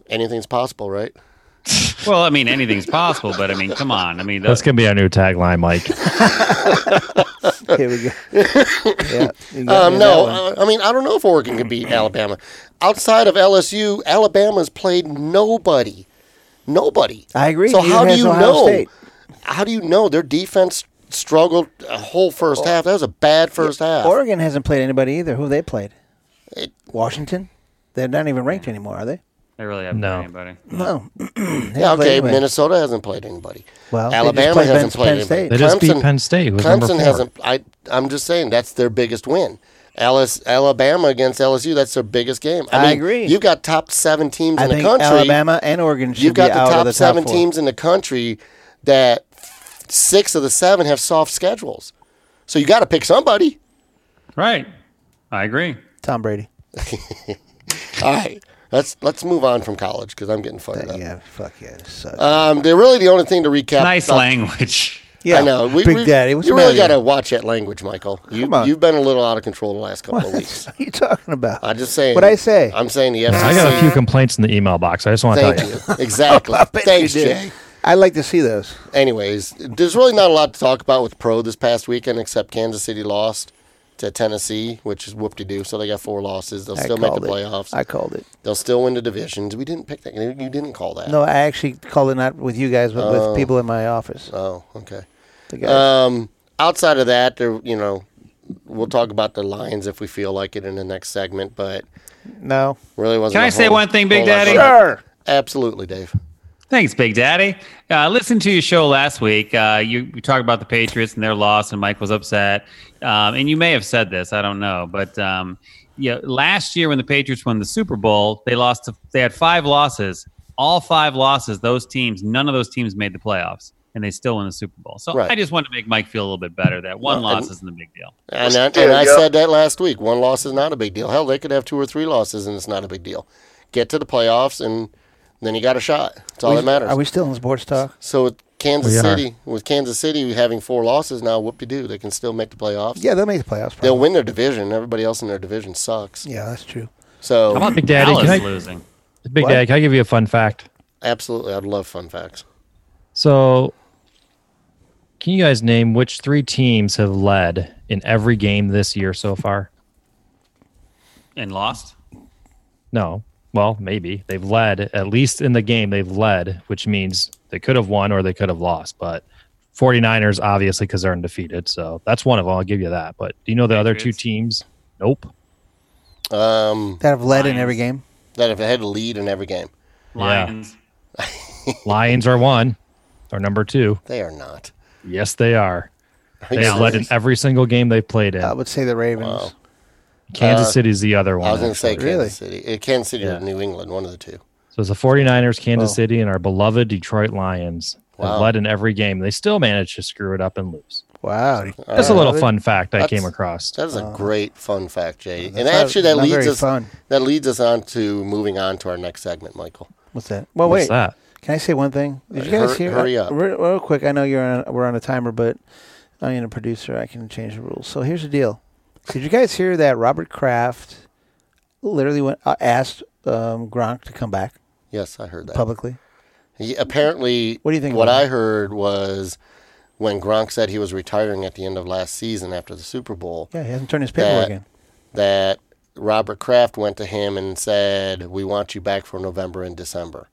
Speaker 1: Anything's possible, right?
Speaker 2: Well, I mean, anything's possible, but I mean, come on. I mean, the-
Speaker 5: That's gonna be our new tagline, Mike.
Speaker 4: Here we go. yeah, you got
Speaker 1: Um,
Speaker 4: me on
Speaker 1: no,
Speaker 4: that one.
Speaker 1: uh, I mean I don't know if Oregon can beat Alabama. Outside of LSU, Alabama's played nobody, nobody.
Speaker 4: I agree.
Speaker 1: So
Speaker 4: Neither
Speaker 1: how do
Speaker 4: has
Speaker 1: you
Speaker 4: Ohio
Speaker 1: know?
Speaker 4: State.
Speaker 1: How do you know their defense struggled a whole first
Speaker 4: Oh.
Speaker 1: half? That was a bad first half.
Speaker 4: Oregon hasn't played anybody either. Who they played?
Speaker 1: It-
Speaker 4: Washington. They're not even ranked anymore, are they?
Speaker 2: they really haven't
Speaker 5: No.
Speaker 2: played anybody.
Speaker 4: No. They haven't
Speaker 1: yeah,
Speaker 4: played
Speaker 1: okay.
Speaker 4: anybody.
Speaker 1: Minnesota hasn't played anybody.
Speaker 4: Well, they just
Speaker 1: Alabama
Speaker 4: played
Speaker 1: hasn't
Speaker 4: Penn-
Speaker 1: played
Speaker 4: Penn
Speaker 1: anybody.
Speaker 4: State.
Speaker 5: They just beat Penn State. Who's number
Speaker 1: Clemson
Speaker 5: four.
Speaker 1: hasn't. I I'm just saying that's their biggest win. Alice, Alabama against LSU. That's their biggest game. I,
Speaker 4: I
Speaker 1: mean,
Speaker 4: agree.
Speaker 1: You've got top seven teams
Speaker 4: I
Speaker 1: in the
Speaker 4: think
Speaker 1: country.
Speaker 4: Alabama and Oregon should
Speaker 1: you've got
Speaker 4: be
Speaker 1: the
Speaker 4: out
Speaker 1: top,
Speaker 4: of the top
Speaker 1: seven
Speaker 4: four.
Speaker 1: teams in the country that six of the seven have soft schedules. So you got to pick somebody.
Speaker 2: Right. I agree.
Speaker 4: Tom Brady.
Speaker 1: All right, let's let's move on from college because I'm getting fired up.
Speaker 4: Yeah, fuck yeah. This sucks.
Speaker 1: Um, they're really the only thing to recap.
Speaker 2: Nice
Speaker 1: Uh,
Speaker 2: language.
Speaker 4: yeah,
Speaker 1: I know. We,
Speaker 4: Big
Speaker 1: we-
Speaker 4: Daddy. What's
Speaker 1: you
Speaker 4: the matter
Speaker 1: really got
Speaker 4: with
Speaker 1: to watch that language, Michael. You,
Speaker 4: Come on.
Speaker 1: You've been a little out of control the last couple of
Speaker 4: you?
Speaker 1: weeks.
Speaker 4: What are you talking about?
Speaker 1: I'm just saying.
Speaker 4: What I say?
Speaker 1: I'm saying the FCC.
Speaker 5: I got a few complaints in the email box. I just want to tell
Speaker 1: Thank
Speaker 5: you.
Speaker 1: you. Exactly.
Speaker 4: bet
Speaker 1: Thanks,
Speaker 4: you did.
Speaker 1: Jay.
Speaker 4: I like to see those.
Speaker 1: anyways, there's really not a lot to talk about with pro this past weekend except Kansas City lost to Tennessee, which is whoop de doo. So they got four losses. They'll
Speaker 4: I
Speaker 1: still make the
Speaker 4: called it.
Speaker 1: playoffs.
Speaker 4: I called it.
Speaker 1: They'll still win the divisions. We didn't pick that. You didn't call that.
Speaker 4: No, I actually called it not with you guys, but with people in my office.
Speaker 1: Oh, okay.
Speaker 4: The guys.
Speaker 1: Um, outside of that, there, you know, we'll talk about the Lions if we feel like it in the next segment, but
Speaker 4: no.
Speaker 1: really wasn't.
Speaker 2: Can
Speaker 1: I
Speaker 2: I say one thing, Big Daddy?
Speaker 4: Sure.
Speaker 1: Absolutely, Dave.
Speaker 2: Thanks, Big Daddy. Uh, listened to your show last week. Uh, you, you talked about the Patriots and their loss, and Mike was upset. Um, and you may have said this, I don't know, but um, yeah, last year when the Patriots won the Super Bowl, they lost. To, they had five losses. All five losses, those teams, none of those teams made the playoffs, and they still won the Super Bowl. So
Speaker 1: Right.
Speaker 2: I just wanted to make Mike feel a little bit better. That one loss isn't a big deal.
Speaker 1: And I, and I said that last week. One loss is not a big deal. Hell, they could have two or three losses, and it's not a big deal. Get to the playoffs, and then you got a shot. That's all
Speaker 4: We-
Speaker 1: that matters.
Speaker 4: Are we still in sports talk?
Speaker 1: so with Kansas
Speaker 5: We are.
Speaker 1: City, with Kansas City having four losses now, whoop de doo, they can still make the playoffs.
Speaker 4: Yeah, they'll make the playoffs.
Speaker 1: They'll
Speaker 4: Probably.
Speaker 1: win their division. Everybody else in their division sucks.
Speaker 4: Yeah, that's true.
Speaker 2: How
Speaker 1: So
Speaker 2: about
Speaker 5: Big Daddy, can
Speaker 2: Dallas
Speaker 5: I-
Speaker 2: losing?
Speaker 5: Big
Speaker 4: What?
Speaker 5: Daddy, can I give you a fun fact?
Speaker 1: absolutely, I'd love fun facts.
Speaker 5: So, can you guys name which three teams have led in every game this year so far?
Speaker 2: and lost.
Speaker 5: No. Well, maybe they've led at least in the game they've led, which means they could have won or they could have lost. But 49ers obviously because they're undefeated, so that's one of them. I'll give you that. But do you know the other two
Speaker 2: Patriots.
Speaker 5: teams? Nope.
Speaker 1: Um,
Speaker 4: That have led in every game.
Speaker 1: that if they had to lead in every game,
Speaker 2: Lions.
Speaker 5: Lions are one. They're number two.
Speaker 1: they are not.
Speaker 5: Yes, they are.
Speaker 1: Are you
Speaker 5: They have led in
Speaker 1: serious?
Speaker 5: every single game they played in.
Speaker 4: I would say the Ravens.
Speaker 1: Wow.
Speaker 5: Kansas City's the other one.
Speaker 1: Uh, I was going to say
Speaker 5: actually.
Speaker 1: Kansas City. Uh, Kansas City
Speaker 5: Yeah.
Speaker 1: or New England, one of the two.
Speaker 5: So it's the 49ers, Kansas
Speaker 4: Wow.
Speaker 5: City, and our beloved Detroit Lions
Speaker 1: Wow.
Speaker 5: have led in every game. They still managed to screw it up and lose.
Speaker 4: Wow.
Speaker 5: That's a little fun fact I
Speaker 1: That's-
Speaker 5: came across.
Speaker 1: That is a great fun fact, Jay. And
Speaker 4: Uh-huh. that's not-
Speaker 1: actually, that
Speaker 4: not
Speaker 1: leads
Speaker 4: very
Speaker 1: us
Speaker 4: fun.
Speaker 1: that leads us on to moving on to our next segment, Michael.
Speaker 4: What's that?
Speaker 1: Oh,
Speaker 4: Well,
Speaker 5: What's
Speaker 4: wait.
Speaker 5: that?
Speaker 4: Can I say one thing? Did you
Speaker 1: Hur-
Speaker 4: guys hear? uh,
Speaker 1: hurry up.
Speaker 4: Real, real quick. I know you're on, we're on a timer, but I am a producer. I can change the rules. So here's the deal. Did you guys hear that Robert Kraft literally went uh, asked um, Gronk to come back
Speaker 1: Yes, I heard that.
Speaker 4: publicly?
Speaker 1: He, apparently,
Speaker 4: What do you think
Speaker 1: What
Speaker 4: about
Speaker 1: I
Speaker 4: that?
Speaker 1: heard was when Gronk said he was retiring at the end of last season after the Super Bowl,
Speaker 4: Yeah, he hasn't turned his
Speaker 1: that
Speaker 4: paperwork in.
Speaker 1: that Robert Kraft went to him and said, "We want you back for November and December."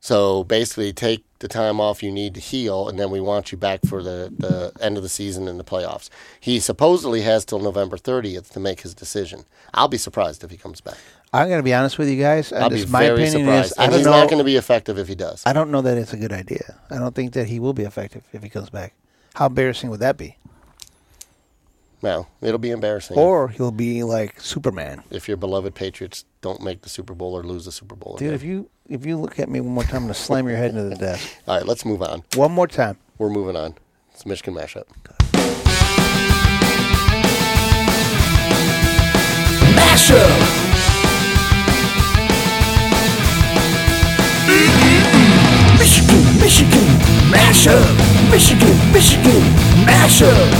Speaker 1: So basically, take the time off you need to heal, and then we want you back for the, the end of the season and the playoffs. He supposedly has till November 30th to make his decision. I'll be surprised if he comes back.
Speaker 4: I'm going to be honest with you guys. and
Speaker 1: I'll
Speaker 4: this-
Speaker 1: be
Speaker 4: my
Speaker 1: very
Speaker 4: opinion
Speaker 1: surprised.
Speaker 4: is I
Speaker 1: and
Speaker 4: don't
Speaker 1: he's
Speaker 4: know.
Speaker 1: not going to be effective if he does.
Speaker 4: I don't know that it's a good idea. I don't think that he will be effective if he comes back. How embarrassing would that be?
Speaker 1: No, it'll be embarrassing
Speaker 4: Or he'll be like Superman.
Speaker 1: if your beloved Patriots don't make the Super Bowl or lose the Super Bowl.
Speaker 4: Dude,
Speaker 1: again.
Speaker 4: if you if you look at me one more time, I'm gonna slam your head into the desk.
Speaker 1: All right, let's move on.
Speaker 4: One more time.
Speaker 1: We're moving on. It's Michigan Mashup.
Speaker 7: Mashup. mash up. Michigan, Michigan, mash up.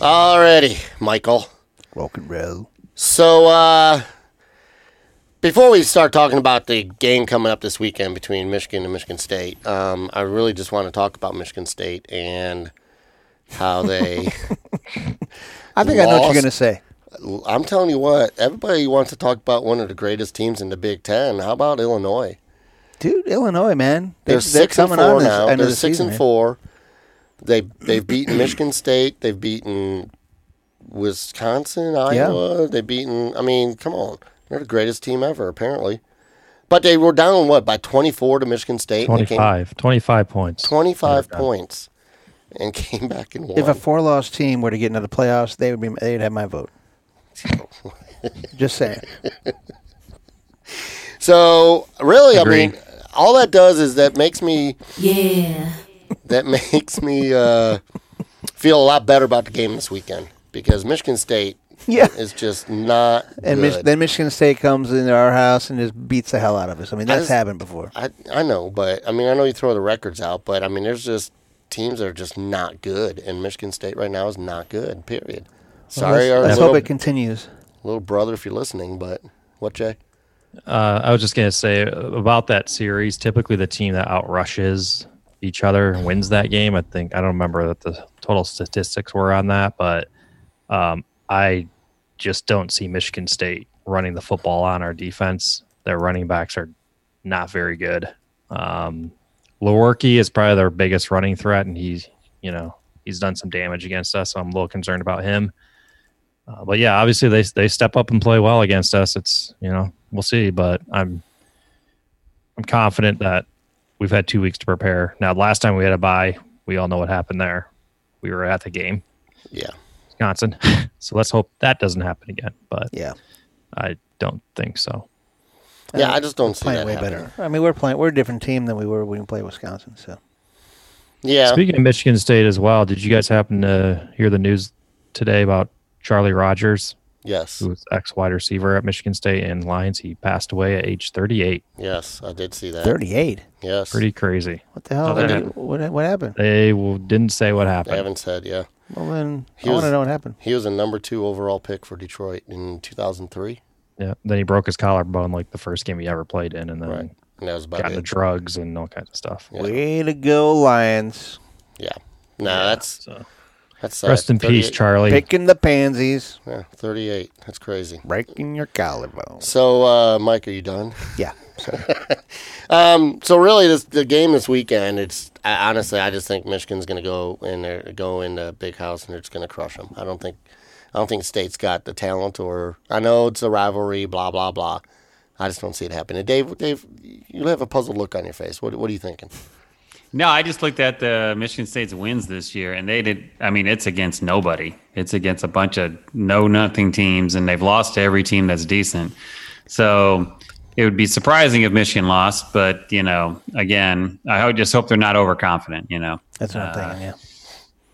Speaker 1: Alrighty, Michael.
Speaker 4: Rock and roll.
Speaker 1: So, uh, before we start talking about the game coming up this weekend between Michigan and Michigan State, um, I really just want to talk about Michigan State and how they.
Speaker 4: I think I know what
Speaker 1: Lost.
Speaker 4: you're gonna say.
Speaker 1: I'm telling you what, everybody wants to talk about one of the greatest teams in the Big Ten. How about Illinois?
Speaker 4: Dude, Illinois, man. They,
Speaker 1: They're six and
Speaker 4: on
Speaker 1: four
Speaker 4: this
Speaker 1: now.
Speaker 4: end of
Speaker 1: They're
Speaker 4: the
Speaker 1: six
Speaker 4: season,
Speaker 1: and
Speaker 4: man.
Speaker 1: four. They they've beaten Michigan State. They've beaten Wisconsin, Iowa. They've beaten. I mean, come on, they're the greatest team ever, apparently. But they were down what by twenty four to Michigan State. and they came
Speaker 5: 25, 25 points.
Speaker 1: Twenty five points, and came back and won.
Speaker 4: If a four-loss team were to get into the playoffs, they would be. They'd have my vote. Just saying.
Speaker 1: so really, I
Speaker 5: Agree.
Speaker 1: mean, all that does is that makes me
Speaker 6: Yeah.
Speaker 1: that makes me uh, feel a lot better about the game this weekend because Michigan State
Speaker 4: Yeah.
Speaker 1: is just not
Speaker 4: And
Speaker 1: good.
Speaker 4: Mich- then Michigan State comes into our house and just beats the hell out of us. I mean, that's
Speaker 1: just-
Speaker 4: happened before.
Speaker 1: I I know, but I mean I know you throw the records out, but I mean there's just teams that are just not good, and Michigan State right now is not good. Period. Sorry,
Speaker 4: let's,
Speaker 1: our
Speaker 4: let's
Speaker 1: little,
Speaker 4: hope it continues.
Speaker 1: little brother, if you're listening, but what Jay?
Speaker 5: Uh, I was just gonna say about that series. Typically, the team that outrushes each other wins that game. I think I don't remember what the total statistics were on that, but um, I just don't see Michigan State running the football on our defense. Their running backs are not very good. Um, Lewerke is probably their biggest running threat, and he's you know he's done some damage against us. So I'm a little concerned about him. Uh, but yeah, obviously they they step up and play well against us. It's you know we'll see, but I'm I'm confident that we've had two weeks to prepare. Now, last time we had a bye, we all know what happened there. We were at the game,
Speaker 1: Yeah,
Speaker 5: Wisconsin. so let's hope that doesn't happen again. But
Speaker 4: Yeah.
Speaker 5: I don't think so.
Speaker 1: yeah. I just don't see
Speaker 4: Uh, Playing
Speaker 1: that
Speaker 4: way
Speaker 1: happening.
Speaker 4: better. I mean, we're playing. We're a different team than we were when we played Wisconsin. So
Speaker 1: Yeah,
Speaker 5: Speaking of Michigan State as well, did you guys happen to hear the news today about Charlie Rogers,
Speaker 1: yes,
Speaker 5: who was ex wide receiver at Michigan State and Lions? He passed away at age 38.
Speaker 1: yes. I did see that.
Speaker 4: thirty-eight.
Speaker 1: Yes,
Speaker 5: Pretty crazy.
Speaker 4: What the hell?
Speaker 5: that
Speaker 4: did-
Speaker 5: happened.
Speaker 4: what, what happened?
Speaker 5: They w- didn't say what
Speaker 1: I
Speaker 5: happened.
Speaker 1: haven't said yeah.
Speaker 4: Well, then
Speaker 1: He
Speaker 4: I
Speaker 1: was-
Speaker 4: want to know what happened.
Speaker 1: He was a number two overall pick for Detroit in 2003,
Speaker 5: Yeah. Then he broke his collarbone like the first game he ever played in, and then
Speaker 1: Right. and that was about
Speaker 5: got
Speaker 1: it.
Speaker 5: into drugs and all kinds of stuff.
Speaker 1: Yeah.
Speaker 4: Way to go, Lions!
Speaker 1: yeah, no, that's
Speaker 5: So
Speaker 1: that's sad.
Speaker 5: rest in peace,
Speaker 1: 38
Speaker 5: Charlie.
Speaker 4: Picking the pansies,
Speaker 1: Yeah, 38. That's crazy.
Speaker 4: breaking your collarbone.
Speaker 1: So, uh, Mike, are you done?
Speaker 4: Yeah.
Speaker 1: Um, so really, this the game this weekend. It's I, honestly, I just think Michigan's going to go in there, go in the big house, and they're just going to crush them. I don't think, I don't think State's got the talent, or I know it's a rivalry, blah blah blah. I just don't see it happening. Dave, Dave, you have a puzzled look on your face. What, what are you thinking?
Speaker 2: No, I just looked at the Michigan State's wins this year, and they did. I mean, it's against nobody. It's against a bunch of no nothing teams, and they've lost to every team that's decent. So it would be surprising if Michigan lost, but you know, again, I would just hope they're not overconfident. You know,
Speaker 4: That's what I'm thinking.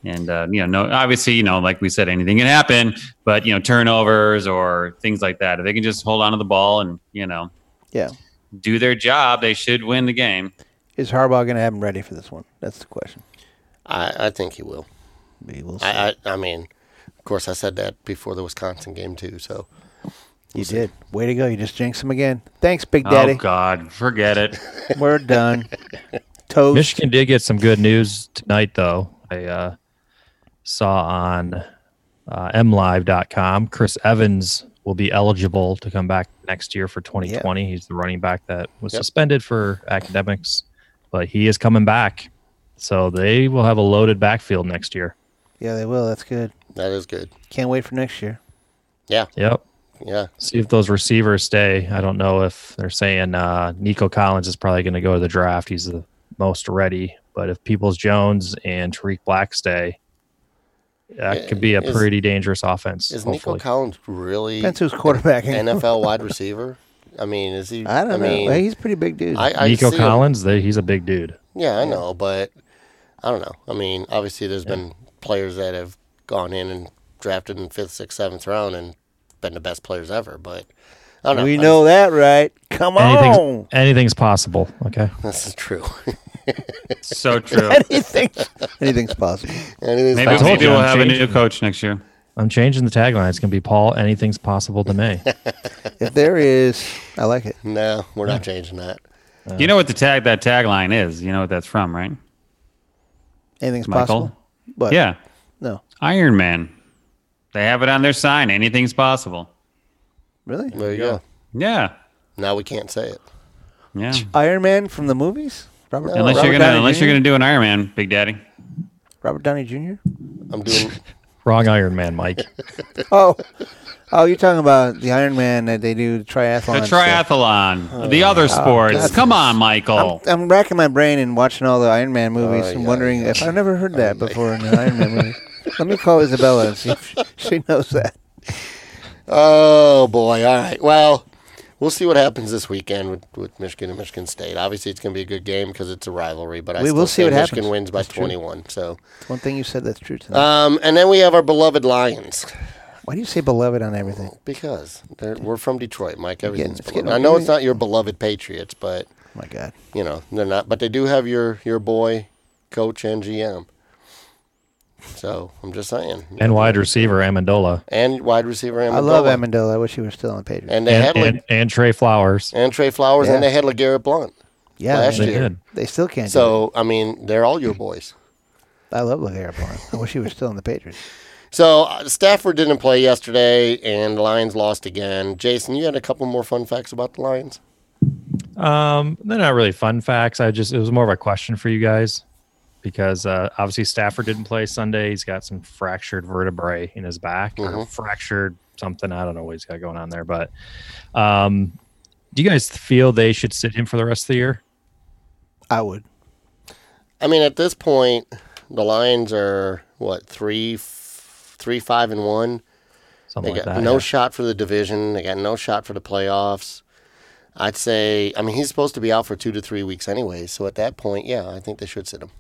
Speaker 4: Yeah.
Speaker 2: and uh, you know, no, obviously, you know, like we said, anything can happen, but you know, turnovers or things like that. If they can just hold on to the ball and you know
Speaker 4: Yeah.
Speaker 2: do their job, they should win the game.
Speaker 4: Is Harbaugh going to have him ready for this one? That's the question.
Speaker 1: I, I think he will.
Speaker 4: We will see.
Speaker 1: I, I, I mean, of course, I said that before the Wisconsin game too. So,
Speaker 4: you did. Way to go. You just jinxed him again. Thanks, Big
Speaker 2: Oh
Speaker 4: Daddy.
Speaker 2: God, forget it.
Speaker 4: We're done. Toast.
Speaker 5: Michigan did get some good news tonight, though. I uh, saw on uh, mlive.com Chris Evans will be eligible to come back next year for 2020. He's the running back that was
Speaker 1: Yep.
Speaker 5: suspended for academics, but he is coming back. So they will have a loaded backfield next year.
Speaker 4: Yeah, they will. That's good.
Speaker 1: that is good.
Speaker 4: Can't wait for next year.
Speaker 5: Yep.
Speaker 1: Yeah,
Speaker 5: See if those receivers stay. I don't know if they're saying uh, Nico Collins is probably going to go to the draft. He's the most ready. But if Peoples Jones and Tariq Black stay, that could be a
Speaker 1: Is-
Speaker 5: pretty dangerous offense.
Speaker 1: is
Speaker 5: hopefully.
Speaker 1: Nico Collins really
Speaker 4: Depends who's quarterbacking.
Speaker 1: NFL wide receiver? I mean, is he?
Speaker 4: I don't know.
Speaker 1: mean,
Speaker 4: Hey, He's a pretty big dude.
Speaker 1: I, I
Speaker 5: Nico
Speaker 1: see him-
Speaker 5: Collins, they, he's a big dude.
Speaker 1: Yeah, I know, but I don't know. I mean, obviously, there's been players that have gone in and drafted in fifth, sixth, seventh round and been the best players ever. But I don't know.
Speaker 4: we know that, right? Come
Speaker 5: Anything's,
Speaker 4: on.
Speaker 5: anything's possible. Okay.
Speaker 1: this is true.
Speaker 2: So true.
Speaker 4: Anything's, anything's possible.
Speaker 1: Anything's
Speaker 2: Maybe,
Speaker 1: possible.
Speaker 2: maybe
Speaker 5: you
Speaker 2: we'll
Speaker 5: I'm
Speaker 2: have a new
Speaker 5: changing.
Speaker 2: coach next year.
Speaker 5: I'm changing the tagline. It's gonna be Paul. Anything's possible to me.
Speaker 4: If there is, I like it.
Speaker 1: No, we're not changing that.
Speaker 2: You know what the tag that tagline is. You know what that's from, right?
Speaker 4: Anything's
Speaker 2: Michael?
Speaker 4: possible. But
Speaker 2: Yeah.
Speaker 4: No.
Speaker 2: Iron Man. They have it on their sign. Anything's possible.
Speaker 4: Really?
Speaker 1: There you go.
Speaker 2: Yeah.
Speaker 1: Now we can't say it.
Speaker 2: Yeah.
Speaker 4: Iron Man from the movies? Robert,
Speaker 2: Unless
Speaker 4: Robert
Speaker 2: you're gonna
Speaker 4: Downey
Speaker 2: unless
Speaker 4: Jr.?
Speaker 2: you're gonna do an Iron Man, Big Daddy.
Speaker 4: Robert Downey Jr.
Speaker 1: I'm doing.
Speaker 5: Wrong Iron Man, Mike.
Speaker 4: Oh, oh, you're talking about the Iron Man that they do the triathlon.
Speaker 2: The
Speaker 4: and stuff.
Speaker 2: triathlon, the other sports.
Speaker 4: that's-
Speaker 2: Come on, Michael.
Speaker 4: I'm racking my brain and watching all the Iron Man movies
Speaker 1: Oh,
Speaker 4: and
Speaker 1: yeah,
Speaker 4: wondering
Speaker 1: yeah.
Speaker 4: if I've never heard that before in an Iron Man movie. Let me call Isabella and see if she knows that.
Speaker 1: Oh boy! All right. Well, we'll see what happens this weekend with, with Michigan and Michigan State. Obviously, it's going to be a good game because it's a rivalry. But I
Speaker 4: We
Speaker 1: still
Speaker 4: will see
Speaker 1: think
Speaker 4: what
Speaker 1: Michigan
Speaker 4: happens.
Speaker 1: wins by
Speaker 4: That's true.
Speaker 1: 21. So,
Speaker 4: It's one thing you said that's true tonight.
Speaker 1: um, and then we have our beloved Lions
Speaker 4: Why do you say beloved on everything?
Speaker 1: oh. because they're, we're from Detroit, Mike. Everything's
Speaker 4: it's
Speaker 1: beloved.
Speaker 4: getting-
Speaker 1: I know it's not your beloved Patriots, but
Speaker 4: Oh my God.
Speaker 1: you know they're not. But they do have your your boy, coach and GM. So I'm just saying.
Speaker 5: And wide receiver Amendola.
Speaker 1: and wide receiver.
Speaker 4: I love
Speaker 1: Amendola.
Speaker 4: Amendola. I wish he were still on the Patriots.
Speaker 1: And they had
Speaker 5: And,
Speaker 1: Le-
Speaker 5: and, and Trey Flowers.
Speaker 1: and Trey Flowers,
Speaker 4: Yeah.
Speaker 1: and they had LeGarrette Blunt.
Speaker 4: yeah,
Speaker 1: last
Speaker 4: man,
Speaker 5: They
Speaker 1: year.
Speaker 5: did.
Speaker 4: they still can't. So
Speaker 1: So I mean, they're all your boys.
Speaker 4: I love LeGarrette Blount. I wish he were still on the Patriots.
Speaker 1: So uh, Stafford didn't play yesterday, and the Lions lost again. Jason, you had a couple more fun facts about the Lions.
Speaker 5: Um, they're not really fun facts. I just it was more of a question for you guys because uh, obviously Stafford didn't play Sunday. He's got some fractured vertebrae in his back,
Speaker 1: Mm-hmm.
Speaker 5: or fractured something. I don't know what he's got going on there. But um, do you guys feel they should sit him for the rest of the year?
Speaker 4: I would.
Speaker 1: I mean, at this point, the Lions are what three, f- three, five, and one.
Speaker 5: Something
Speaker 1: They
Speaker 5: like
Speaker 1: got
Speaker 5: that.
Speaker 1: no
Speaker 5: yeah.
Speaker 1: shot for the division. They got no shot for the playoffs. I'd say. I mean, he's supposed to be out for two to three weeks anyway. So at that point, yeah, I think they should sit him.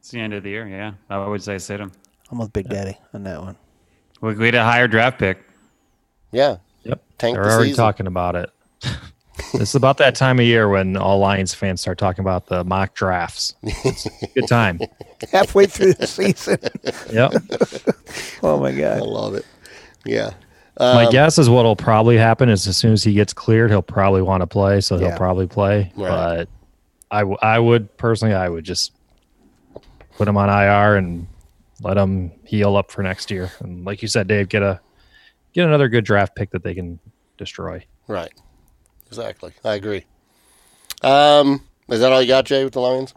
Speaker 2: It's the end of the year. Yeah, I would say sit him.
Speaker 4: I'm with Big Daddy on that one.
Speaker 2: We get a higher draft pick.
Speaker 1: Yeah,
Speaker 5: Yep.
Speaker 1: tank
Speaker 5: They're
Speaker 1: the
Speaker 5: already
Speaker 1: season.
Speaker 5: talking about it. this is about that time of year when all Lions fans start talking about the mock drafts. It's a good time.
Speaker 4: Halfway through the season.
Speaker 5: Yep.
Speaker 4: Oh my
Speaker 1: I
Speaker 4: God.
Speaker 1: love it. Yeah.
Speaker 5: My guess is what'll probably happen is as soon as he gets cleared, he'll probably want to play, so
Speaker 4: Yeah.
Speaker 5: he'll probably play.
Speaker 1: Right.
Speaker 5: But I, w- I would personally, I would just put him on IR and let him heal up for next year. And like you said, Dave, get a get another good draft pick that they can destroy.
Speaker 1: Right. Exactly. I agree. Um, is that all you got, Jay, with the Lions?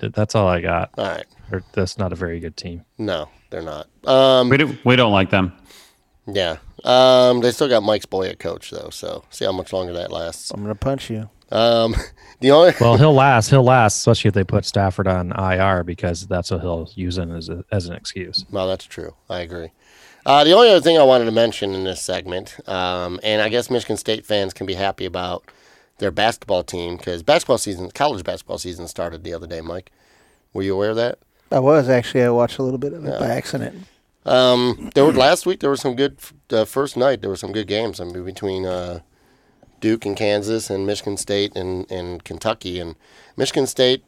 Speaker 5: That's all I got.
Speaker 1: All right.
Speaker 5: They're- That's not a very good team.
Speaker 1: No, they're not. Um,
Speaker 2: We do, we don't like them.
Speaker 1: yeah. Um, they still got Mike's boy at coach though, so see how much longer that lasts.
Speaker 4: I'm gonna punch you.
Speaker 1: Um, the only
Speaker 5: Well, he'll last. He'll last, especially if they put Stafford on IR because that's what he'll use him as, a, as an excuse.
Speaker 1: Well, that's true. I agree. Uh, the only other thing I wanted to mention in this segment, um, and I guess Michigan State fans can be happy about their basketball team because basketball season, college basketball season, started the other day. Mike, were you aware of that?
Speaker 4: I was actually. I watched a little bit of it by accident.
Speaker 1: Um, there were last week. There were some good uh, first night. There were some good games. I mean, between uh, Duke and Kansas, and Michigan State and, and Kentucky, and Michigan State.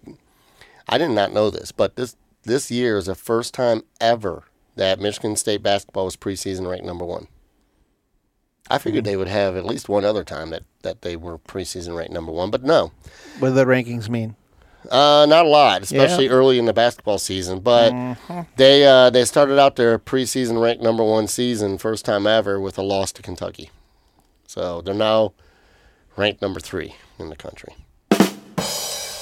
Speaker 1: I did not know this, but this this year is the first time ever that Michigan State basketball was preseason ranked number one. I figured they would have at least one other time that, that they were preseason ranked number one, but no.
Speaker 4: What do the rankings mean?
Speaker 1: Uh, not a lot, especially early in the basketball season. But they uh, they started out their preseason ranked number one season, first time ever, with a loss to Kentucky. So they're now ranked number three in the country.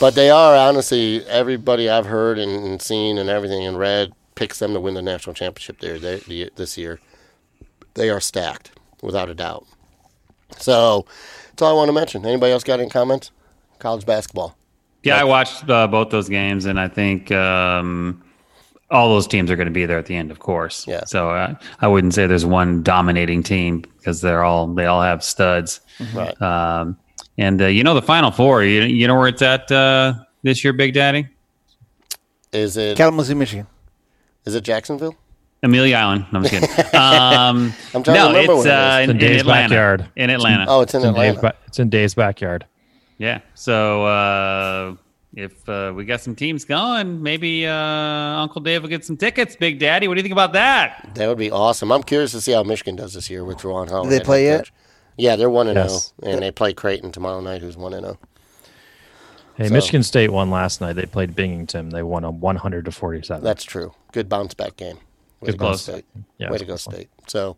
Speaker 1: But they are honestly everybody I've heard and, and seen and everything and read picks them to win the national championship there they, the, this year. They are stacked without a doubt. So that's all I want to mention. Anybody else got any comments? College basketball.
Speaker 2: Yeah, I watched uh, both those games, and I think um, all those teams are going to be there at the end, of course.
Speaker 1: Yeah.
Speaker 2: So I, I wouldn't say there's one dominating team because they're all they all have studs.
Speaker 1: Mm-hmm. Right.
Speaker 2: Um, and uh, you know the Final Four. You, you know where it's at uh, this year, Big Daddy?
Speaker 1: Is it
Speaker 4: Kalamazoo, Michigan.
Speaker 1: is it Jacksonville?
Speaker 2: Amelia Island. No, I'm just kidding. Um,
Speaker 1: I'm trying to
Speaker 2: no,
Speaker 1: remember
Speaker 2: it's,
Speaker 1: where it
Speaker 2: uh,
Speaker 1: is.
Speaker 2: in,
Speaker 5: It's in Dave's
Speaker 2: Atlanta.
Speaker 5: backyard.
Speaker 2: In Atlanta.
Speaker 1: Oh, it's in
Speaker 5: It's in, Dave's
Speaker 1: Atlanta.
Speaker 5: ba- it's in Dave's backyard.
Speaker 2: Yeah. So uh, if uh, we got some teams going, maybe uh, Uncle Dave will get some tickets. Big Daddy, what do you think about that?
Speaker 1: That would be awesome. I'm curious to see how Michigan does this year with Ron Howard.
Speaker 4: they play yet?
Speaker 1: Yeah, they're one and zero,
Speaker 5: Yes.
Speaker 1: and they play Creighton tomorrow night, who's one and oh. zero.
Speaker 5: Hey,
Speaker 1: So-
Speaker 5: Michigan State won last night. They played Binghamton. They won a 100 to 47.
Speaker 1: That's true. Good bounce back game. Way to
Speaker 5: Good
Speaker 1: go,
Speaker 5: bounce
Speaker 1: State.
Speaker 5: Yeah,
Speaker 1: Way to
Speaker 5: it
Speaker 1: go,
Speaker 5: was close.
Speaker 1: State. So,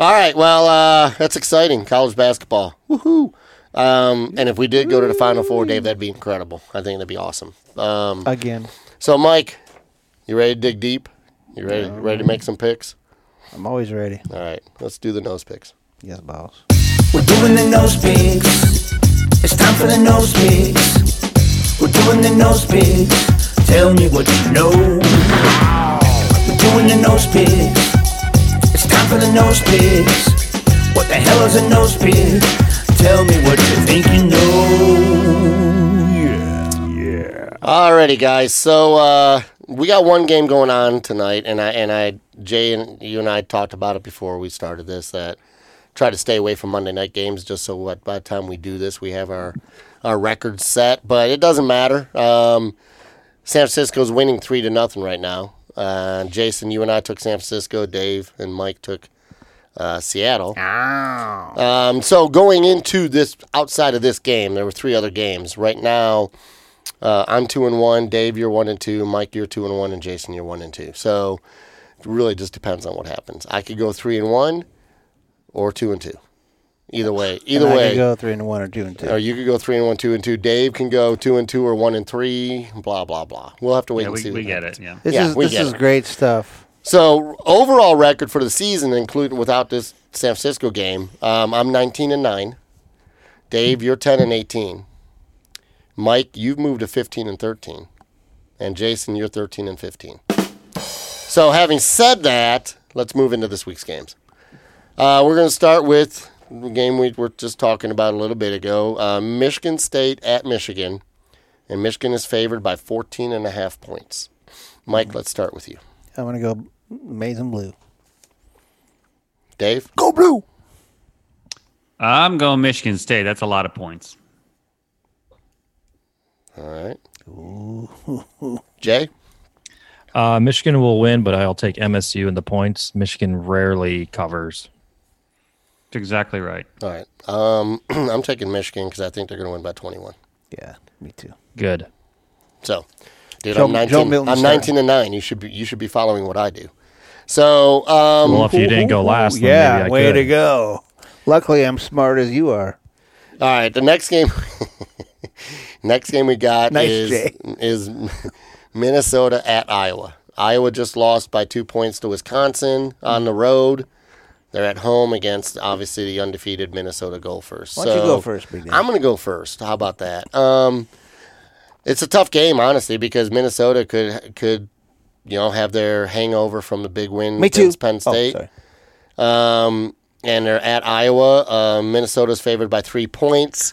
Speaker 1: all right. Well, uh, that's exciting. College basketball. Woohoo! Um, and if we did go to the Final Four, Dave, that'd be incredible. I think that'd be awesome. Um,
Speaker 4: Again,
Speaker 1: so, Mike, you ready to dig deep? You ready? Ready to make some picks?
Speaker 4: I'm always ready.
Speaker 1: All right. Let's do the nose picks.
Speaker 4: Yes, boss.
Speaker 7: We're doing the nose picks. It's time for the nose picks. We're doing the nose picks. Tell me what you know. We're doing the nose picks. It's time for the nose picks. What the hell is a nose pick? Tell me what you think you know.
Speaker 1: Alrighty, guys. So uh, we got one game going on tonight, and I and I Jay and you and I talked about it before we started this. That try to stay away from Monday night games, just so what by the time we do this, we have our our record set. But it doesn't matter. Um, San Francisco's winning three to nothing right now. Uh, Jason, you and I took San Francisco. Dave and Mike took uh, Seattle.
Speaker 4: Oh.
Speaker 1: Um, so going into this, outside of this game, there were three other games. Right now, uh, I'm two and one. Dave, you're one and two. Mike, you're two and one, and Jason, you're one and two. So it really just depends on what happens. I could go three and one, or two and two. Either way, either
Speaker 4: And I
Speaker 1: way, Uh,
Speaker 4: could go three and one or two and two.
Speaker 1: or you could go three and one, two and two. Dave can go two and two or one and three. Blah blah blah. We'll have to wait
Speaker 2: Yeah,
Speaker 1: and see.
Speaker 2: we,
Speaker 1: what
Speaker 2: we get
Speaker 1: happens.
Speaker 2: it. Yeah.
Speaker 4: This
Speaker 1: yeah,
Speaker 4: is
Speaker 1: we
Speaker 4: this
Speaker 1: get
Speaker 4: is
Speaker 1: it.
Speaker 4: great stuff.
Speaker 1: So overall record for the season, including without this San Francisco game, um, I'm 19 and nine. Dave, you're 10 and 18. Mike, you've moved to 15 and 13, and Jason, you're 13 and 15. So having said that, let's move into this week's games. Uh, we're going to start with the game we were just talking about a little bit ago: uh, Michigan State at Michigan, and Michigan is favored by 14 and a half points. Mike, let's start with you.
Speaker 4: I'm gonna go maize and blue.
Speaker 1: Dave? Go blue.
Speaker 2: I'm going Michigan State. That's a lot of points.
Speaker 1: All right. Jay?
Speaker 5: Uh, Michigan will win, but I'll take MSU and the points. Michigan rarely covers.
Speaker 2: That's exactly right.
Speaker 1: All right. Um, I'm taking Michigan because I think they're going to win by 21.
Speaker 4: Yeah, me too.
Speaker 5: Good.
Speaker 1: So, dude,
Speaker 4: Joe-
Speaker 1: I'm
Speaker 4: Joe
Speaker 1: 19.
Speaker 4: Milton's
Speaker 1: I'm 19 and nine. You should be. You should be following what I do. So, um,
Speaker 5: Well, if you didn't go
Speaker 4: Ooh,
Speaker 5: last, then
Speaker 4: yeah,
Speaker 5: maybe I
Speaker 4: way
Speaker 5: could.
Speaker 4: to go. Luckily, I'm smart as you are.
Speaker 1: All right, the next game. next game we got
Speaker 4: Nice,
Speaker 1: is
Speaker 4: Jay.
Speaker 1: is Minnesota at Iowa. Iowa just lost by two points to Wisconsin on the road. They're at home against obviously the undefeated Minnesota Gophers.
Speaker 4: Why don't you
Speaker 1: So,
Speaker 4: go first, Big Dan?
Speaker 1: I'm going to go first. How about that? Um, it's a tough game, honestly, because Minnesota could could you know have their hangover from the big win
Speaker 4: Me too.
Speaker 1: against Penn
Speaker 4: Oh,
Speaker 1: State.
Speaker 4: sorry.
Speaker 1: Um, and they're at Iowa. Um, Minnesota's favored by three points.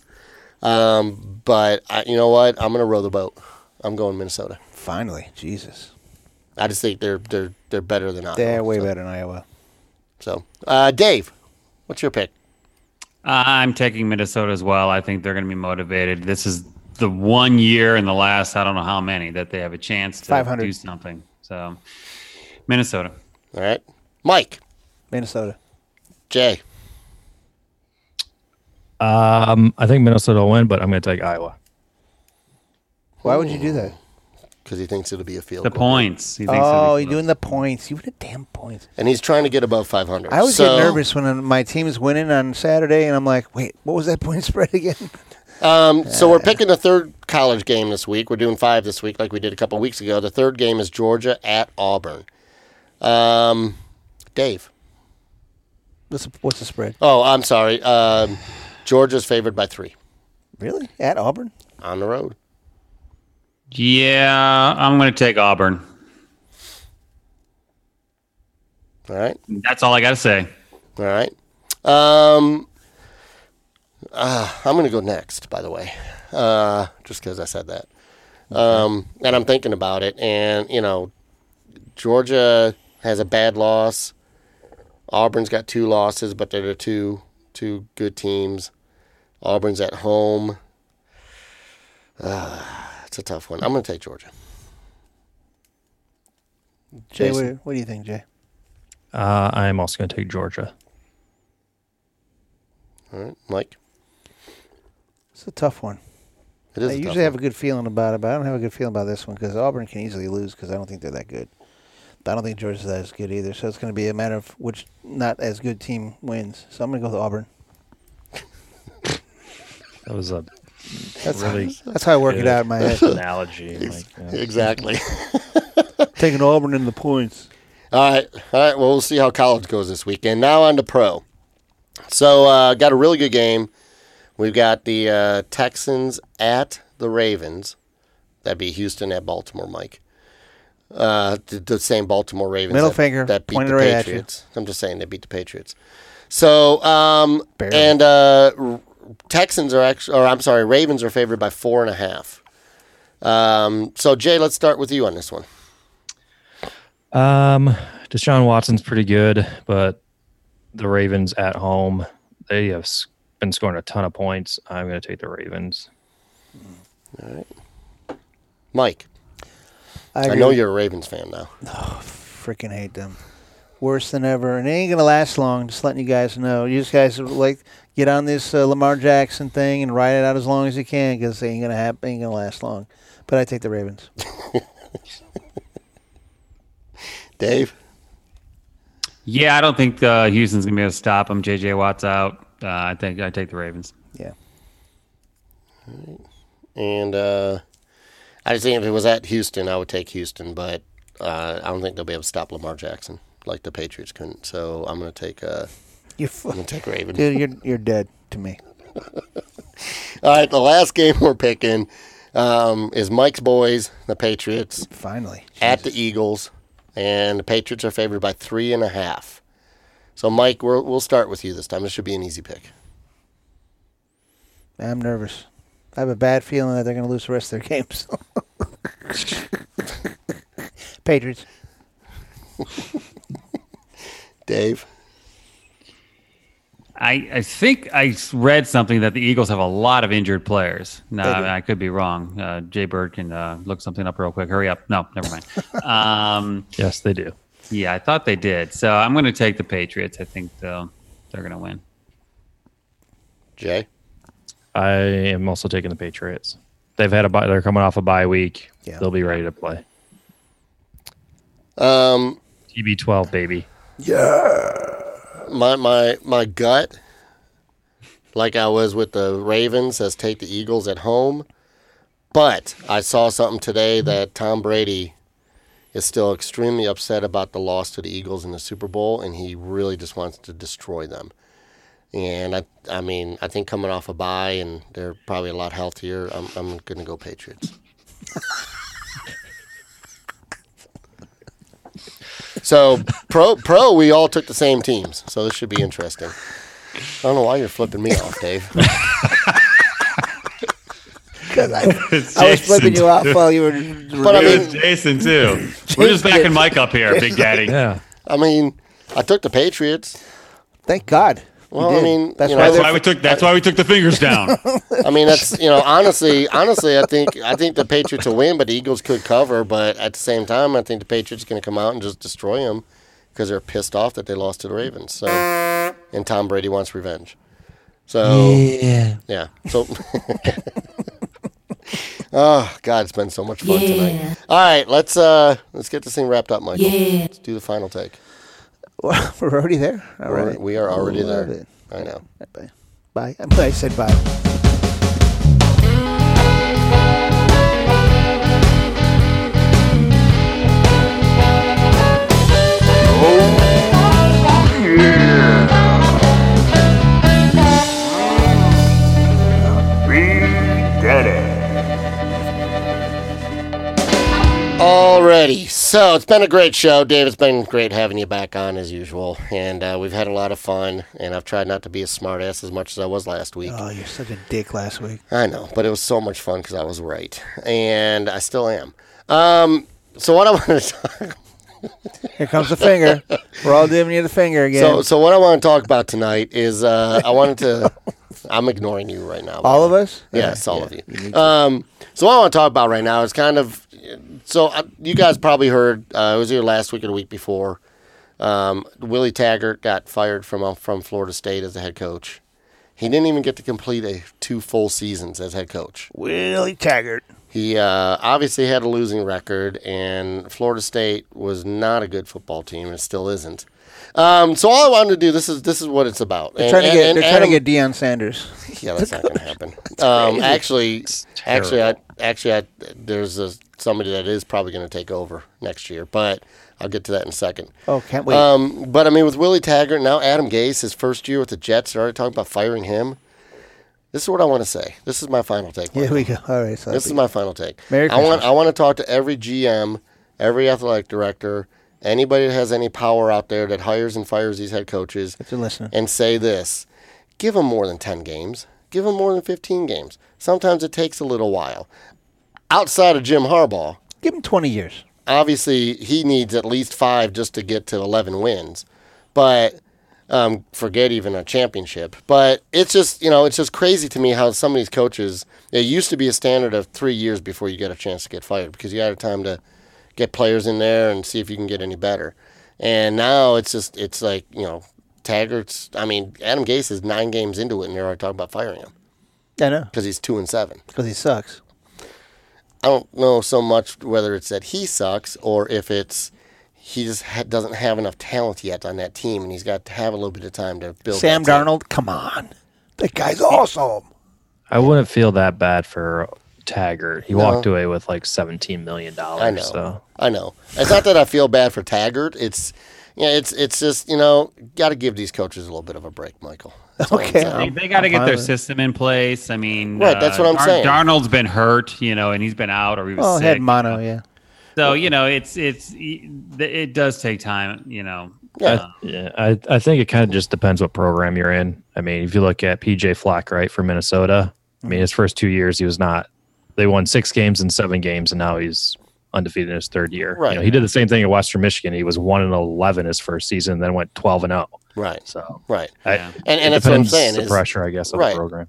Speaker 1: Um, but I, you know what? I'm going to row the boat. I'm going Minnesota.
Speaker 4: Finally, Jesus,
Speaker 1: I just think they're they're they're better than Iowa.
Speaker 4: they're way better than Iowa.
Speaker 1: So, uh, Dave, what's your pick?
Speaker 2: Uh, I'm taking Minnesota as well. I think they're going to be motivated. This is the one year in the last I don't know how many that they have a chance to
Speaker 4: 500.
Speaker 2: do something. So Minnesota.
Speaker 1: All right, Mike,
Speaker 4: Minnesota.
Speaker 1: Jay.
Speaker 5: Um, I think Minnesota will win, but I'm going to take Iowa.
Speaker 4: Why would you do that?
Speaker 1: Because he thinks it'll be a field
Speaker 2: The
Speaker 1: goal.
Speaker 2: points. He thinks it'll
Speaker 4: Oh,
Speaker 2: be
Speaker 4: you're
Speaker 2: close.
Speaker 4: doing the points. You want the damn points.
Speaker 1: and he's trying to get above 500.
Speaker 4: I always
Speaker 1: So,
Speaker 4: get nervous when uh, my team is winning on Saturday, and I'm like, wait, what was that point spread again?
Speaker 1: Um, so we're picking the third college game this week. We're doing five this week, like we did a couple weeks ago. The third game is Georgia at Auburn. Um, Dave.
Speaker 4: What's the, what's the spread?
Speaker 1: Oh, I'm sorry. Um, Georgia's favored by three
Speaker 4: Really? At Auburn?
Speaker 1: on the road.
Speaker 2: Yeah, I'm going to take Auburn.
Speaker 1: All right.
Speaker 2: That's all I got to say.
Speaker 1: All right. Um, uh, I'm going to go next, by the way, uh, just because I said that. Um, and I'm thinking about it. And, you know, Georgia has a bad loss. Auburn's got two losses, but they're the two, two good teams. Auburn's at home. Ah, It's a tough one. I'm going to take Georgia.
Speaker 4: Jay,
Speaker 1: Jason.
Speaker 4: what, what do you think, Jay?
Speaker 5: Uh, I'm also going to take Georgia.
Speaker 1: All right, Mike.
Speaker 4: It's a tough one.
Speaker 1: It
Speaker 4: I
Speaker 1: is. a
Speaker 4: usually
Speaker 1: tough
Speaker 4: have
Speaker 1: one.
Speaker 4: a good feeling about it, but I don't have a good feeling about this one because Auburn can easily lose because I don't think they're that good. I don't think Georgia's that as good either, so it's going to be a matter of which not as good team wins. So I'm going to go with Auburn.
Speaker 5: That was a
Speaker 4: That's
Speaker 5: really
Speaker 4: That's how I work it
Speaker 5: good
Speaker 4: out in my head.
Speaker 5: analogy. Like, yeah.
Speaker 1: exactly.
Speaker 4: Taking Auburn in the points.
Speaker 1: All right, all right. Well, we'll see how college goes this weekend. Now on to pro. So, uh, got a really good game. We've got the uh, Texans at the Ravens. That'd be Houston at Baltimore, Mike. Uh, the, the same Baltimore Ravens.
Speaker 4: Middle
Speaker 1: that,
Speaker 4: finger,
Speaker 1: that beat
Speaker 4: pointed
Speaker 1: the
Speaker 4: right at you.
Speaker 1: Patriots. I'm just saying they beat the Patriots. So, um,
Speaker 4: Barely.
Speaker 1: and uh, R- Texans are actually, or I'm sorry, Ravens are favored by four and a half. Um, so, Jay, let's start with you on this one.
Speaker 5: Um, Deshaun Watson's pretty good, but the Ravens at home, they have s- been scoring a ton of points. I'm going to take the Ravens.
Speaker 1: Mike, I,
Speaker 4: agree
Speaker 1: know
Speaker 4: with-
Speaker 1: you're a Ravens fan now.
Speaker 4: freaking hate them. Worse than ever, and it ain't gonna last long. Just letting you guys know. You just guys like get on this uh, Lamar Jackson thing and ride it out as long as you can, because it ain't gonna happen. Ain't gonna last long. But I take the Ravens.
Speaker 1: Dave?
Speaker 2: Yeah, I don't think uh, Houston's gonna be able to stop them. JJ Watt's out. Uh, I think I take the Ravens.
Speaker 4: Yeah,
Speaker 1: And uh, I just think if it was at Houston, I would take Houston, but uh, I don't think they'll be able to stop Lamar Jackson like the Patriots couldn't. So I'm going to take uh,
Speaker 4: you, f-
Speaker 1: I'm going to take Ravens.
Speaker 4: dude, you're you're dead to me.
Speaker 1: All right, the last game we're picking um, is Mike's boys, the Patriots,
Speaker 4: Finally,
Speaker 1: at the Eagles, and the Patriots are favored by three and a half. So Mike, we'll we'll start with you this time. This should be an easy pick.
Speaker 4: I'm nervous. I have a bad feeling that they're gonna lose the rest of their games. Patriots.
Speaker 1: Dave,
Speaker 2: I, I think I s- read something that the Eagles have a lot of injured players. No, I, mean, I could be wrong. Uh, Jay Bird can uh, look something up real quick. Hurry up. No, never mind. um,
Speaker 5: Yes, they do.
Speaker 2: yeah, I thought they did. So I'm going to take the Patriots. I think they'll, they're going to win.
Speaker 1: Jay,
Speaker 5: I am also taking the Patriots. They've had a bye. They're coming off a bye week.
Speaker 4: Yeah.
Speaker 5: They'll be ready to play.
Speaker 1: um,
Speaker 5: TB12, baby.
Speaker 1: my my my gut, like I was with the Ravens, says take the Eagles at home. But I saw something today that Tom Brady is still extremely upset about the loss to the Eagles in the Super Bowl, and he really just wants to destroy them. And I, I mean, I think coming off a bye, and they're probably a lot healthier. I'm, I'm gonna go Patriots. So pro pro, we all took the same teams. So this should be interesting. I don't know why you're flipping me off, Dave.
Speaker 4: I was flipping you off while you were.
Speaker 1: But I mean,
Speaker 2: Jason, too. We're just backing Mike up here, Big Daddy.
Speaker 5: Yeah.
Speaker 1: I mean, I took the Patriots.
Speaker 4: Thank God. you
Speaker 1: Well, I
Speaker 4: did.
Speaker 1: mean,
Speaker 4: that's
Speaker 1: you know,
Speaker 4: why
Speaker 1: that's
Speaker 4: they're
Speaker 1: why
Speaker 2: we took. That's why we took the fingers down.
Speaker 1: I mean, that's you know, honestly, honestly, I think I think the Patriots will win, but the Eagles could cover. But at the same time, I think the Patriots are going to come out and just destroy them because they're pissed off that they lost to the Ravens. So, and Tom Brady wants revenge. So yeah, So, oh God, it's been so much fun tonight. All right, let's uh let's get this thing wrapped up, Michael. Let's do the final take.
Speaker 4: Well, we're already there. All
Speaker 1: We're-
Speaker 4: right.
Speaker 1: we are already
Speaker 4: Love
Speaker 1: there.
Speaker 4: it.
Speaker 1: I know.
Speaker 4: Bye. Bye. I'm glad I said bye.
Speaker 1: Alrighty, so it's been a great show, Dave. It's been great having you back on as usual, and uh, we've had a lot of fun. And I've tried not to be a smartass as much as I was last week.
Speaker 4: Oh, you're such a dick last week.
Speaker 1: I know, but it was so much fun because I was right, and I still am. Um, so what I want to talk,
Speaker 4: Here comes the finger. We're all giving you the finger again.
Speaker 1: so so what I want to talk about tonight is uh, I wanted to. I'm ignoring you right now.
Speaker 4: All of us?
Speaker 1: Yes, all of you. Um, so what I want to talk about right now is kind of so I, you guys probably heard uh, it was here last week or the week before. Um, Willie Taggart got fired from uh, from Florida State as the head coach. He didn't even get to complete a two full seasons as head coach.
Speaker 4: Willie Taggart.
Speaker 1: He uh, obviously had a losing record, and Florida State was not a good football team, and still isn't. Um, so all I wanted to do this is this is what it's about.
Speaker 4: They're
Speaker 1: And-
Speaker 4: trying to
Speaker 1: and-
Speaker 4: get
Speaker 1: and
Speaker 4: they're trying to
Speaker 1: Adam-
Speaker 4: get Deion Sanders.
Speaker 1: yeah, that's not going to happen. Um, actually, actually, I, actually, I, there's a, somebody that is probably going to take over next year, but I'll get to that in a second.
Speaker 4: Oh, can't wait.
Speaker 1: Um, but I mean, with Willie Taggart now, Adam Gase, his first year with the Jets, they're already talking about firing him. This is what I want to say. This is my final take.
Speaker 4: Here we go. All right, so
Speaker 1: This is my final take.
Speaker 4: Merry
Speaker 1: I want
Speaker 4: Christmas.
Speaker 1: I want to talk to every GM, every athletic director, anybody that has any power out there that hires and fires these head coaches
Speaker 4: you're listening.
Speaker 1: and say this. Give them more than 10 games. Give them more than 15 games. Sometimes it takes a little while. Outside of Jim Harbaugh,
Speaker 4: give him 20 years.
Speaker 1: obviously he needs at least five just to get to 11 wins but um, forget even a championship but it's just you know it's just crazy to me how some of these coaches it used to be a standard of three years before you get a chance to get fired because you had a time to get players in there and see if you can get any better and now it's just it's like you know taggart's i mean adam gase is nine games into it and they're already talking about firing him
Speaker 4: I know
Speaker 1: because he's two and seven
Speaker 4: because he sucks.
Speaker 1: I don't know so much whether it's that he sucks or if it's he just ha- doesn't have enough talent yet on that team, and he's got to have a little bit of time to build.
Speaker 4: Sam
Speaker 1: that team.
Speaker 4: Darnold, come on, that guy's awesome.
Speaker 5: I wouldn't feel that bad for Taggart. He walked away with like seventeen million dollars.
Speaker 1: I know.
Speaker 5: So
Speaker 1: I know. It's not that I feel bad for Taggart. It's yeah. It's it's just you know got to give these coaches a little bit of a break, Michael. That's all I'm
Speaker 4: Okay.
Speaker 1: saying.
Speaker 2: They,
Speaker 4: Um,
Speaker 2: got to
Speaker 4: I'm
Speaker 2: get
Speaker 4: fine
Speaker 2: their
Speaker 4: with it.
Speaker 2: system in place. I mean, uh,
Speaker 1: Right, that's what I'm saying.
Speaker 2: Darnold's been hurt, you know, and he's been out or he was
Speaker 4: Oh,
Speaker 2: sick.
Speaker 4: head mono, yeah.
Speaker 2: So you know, it's it's it does take time. You know,
Speaker 1: Yeah.
Speaker 5: yeah, I, I think it kind of just depends what program you're in. I mean, if you look at PJ Flack, right, for Minnesota, I
Speaker 1: Mm-hmm.
Speaker 5: mean, his first two years, he was not. They won six games and seven games, and now he's undefeated in his third year.
Speaker 1: Right.
Speaker 5: You know, he did the same thing at Western Michigan. He was one and eleven his first season, then went twelve and zero.
Speaker 1: Right.
Speaker 5: So
Speaker 1: Right.
Speaker 5: I-
Speaker 2: Yeah.
Speaker 1: And
Speaker 5: it
Speaker 1: and that's what I'm
Speaker 5: depends
Speaker 1: saying.
Speaker 5: The
Speaker 1: is-
Speaker 5: pressure, I guess, of
Speaker 1: Right.
Speaker 5: the program.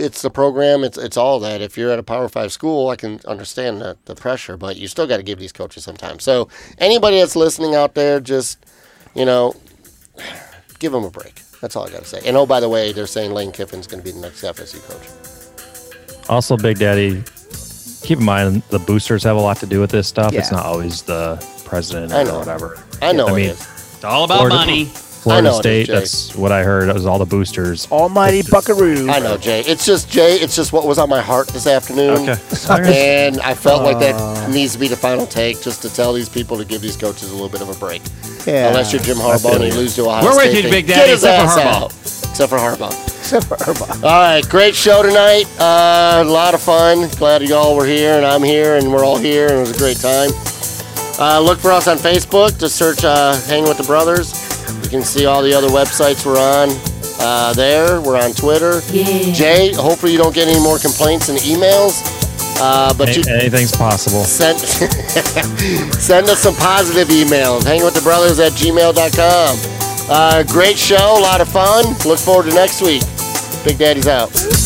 Speaker 1: it's the program, it's it's all that. If you're at a Power Five school, I can understand the, the pressure, but you still got to give these coaches some time. So anybody that's listening out there, just you know, give them a break. That's all I got to say. And oh, by the way, they're saying Lane Kiffin's going to be the next FSU coach.
Speaker 5: Also, Big Daddy, keep in mind the boosters have a lot to do with this stuff. It's
Speaker 4: Yeah.
Speaker 5: not always the president
Speaker 1: I know.
Speaker 5: or whatever.
Speaker 1: I know
Speaker 5: I
Speaker 1: it
Speaker 5: mean,
Speaker 1: is.
Speaker 2: it's all about
Speaker 5: Florida-
Speaker 2: money.
Speaker 5: Florida
Speaker 1: I know it is,
Speaker 5: State,
Speaker 1: Jay.
Speaker 5: that's what I heard. It was all the boosters.
Speaker 4: Almighty Buckaroo.
Speaker 1: I know, Jay. It's just Jay. It's just what was on my heart this afternoon.
Speaker 5: Okay. Uh.
Speaker 1: And I felt like that needs to be the final take, just to tell these people to give these coaches a little bit of a break.
Speaker 4: Yeah.
Speaker 1: Unless you're Jim Harbaugh and you lose to Ohio
Speaker 2: We're with
Speaker 1: State,
Speaker 2: you,
Speaker 1: then
Speaker 2: Big
Speaker 1: get
Speaker 2: Daddy,
Speaker 1: his
Speaker 2: except for
Speaker 1: ass
Speaker 2: Harbaugh.
Speaker 1: out. Except for Harbaugh.
Speaker 4: Except for Irma.
Speaker 1: All right, great show tonight. Uh, a lot of fun. Glad y'all were here, and I'm here, and we're all here, and it was a great time. Uh, look for us on Facebook. Just search uh, "Hang with the Brothers." You can see all the other websites we're on uh, there. We're on Twitter. Jay, hopefully you don't get any more complaints and emails. Uh, but you
Speaker 5: A- anything's possible.
Speaker 1: send send us some positive emails hang with the brothers at gmail.com uh, great show a lot of fun look forward to next week big daddy's out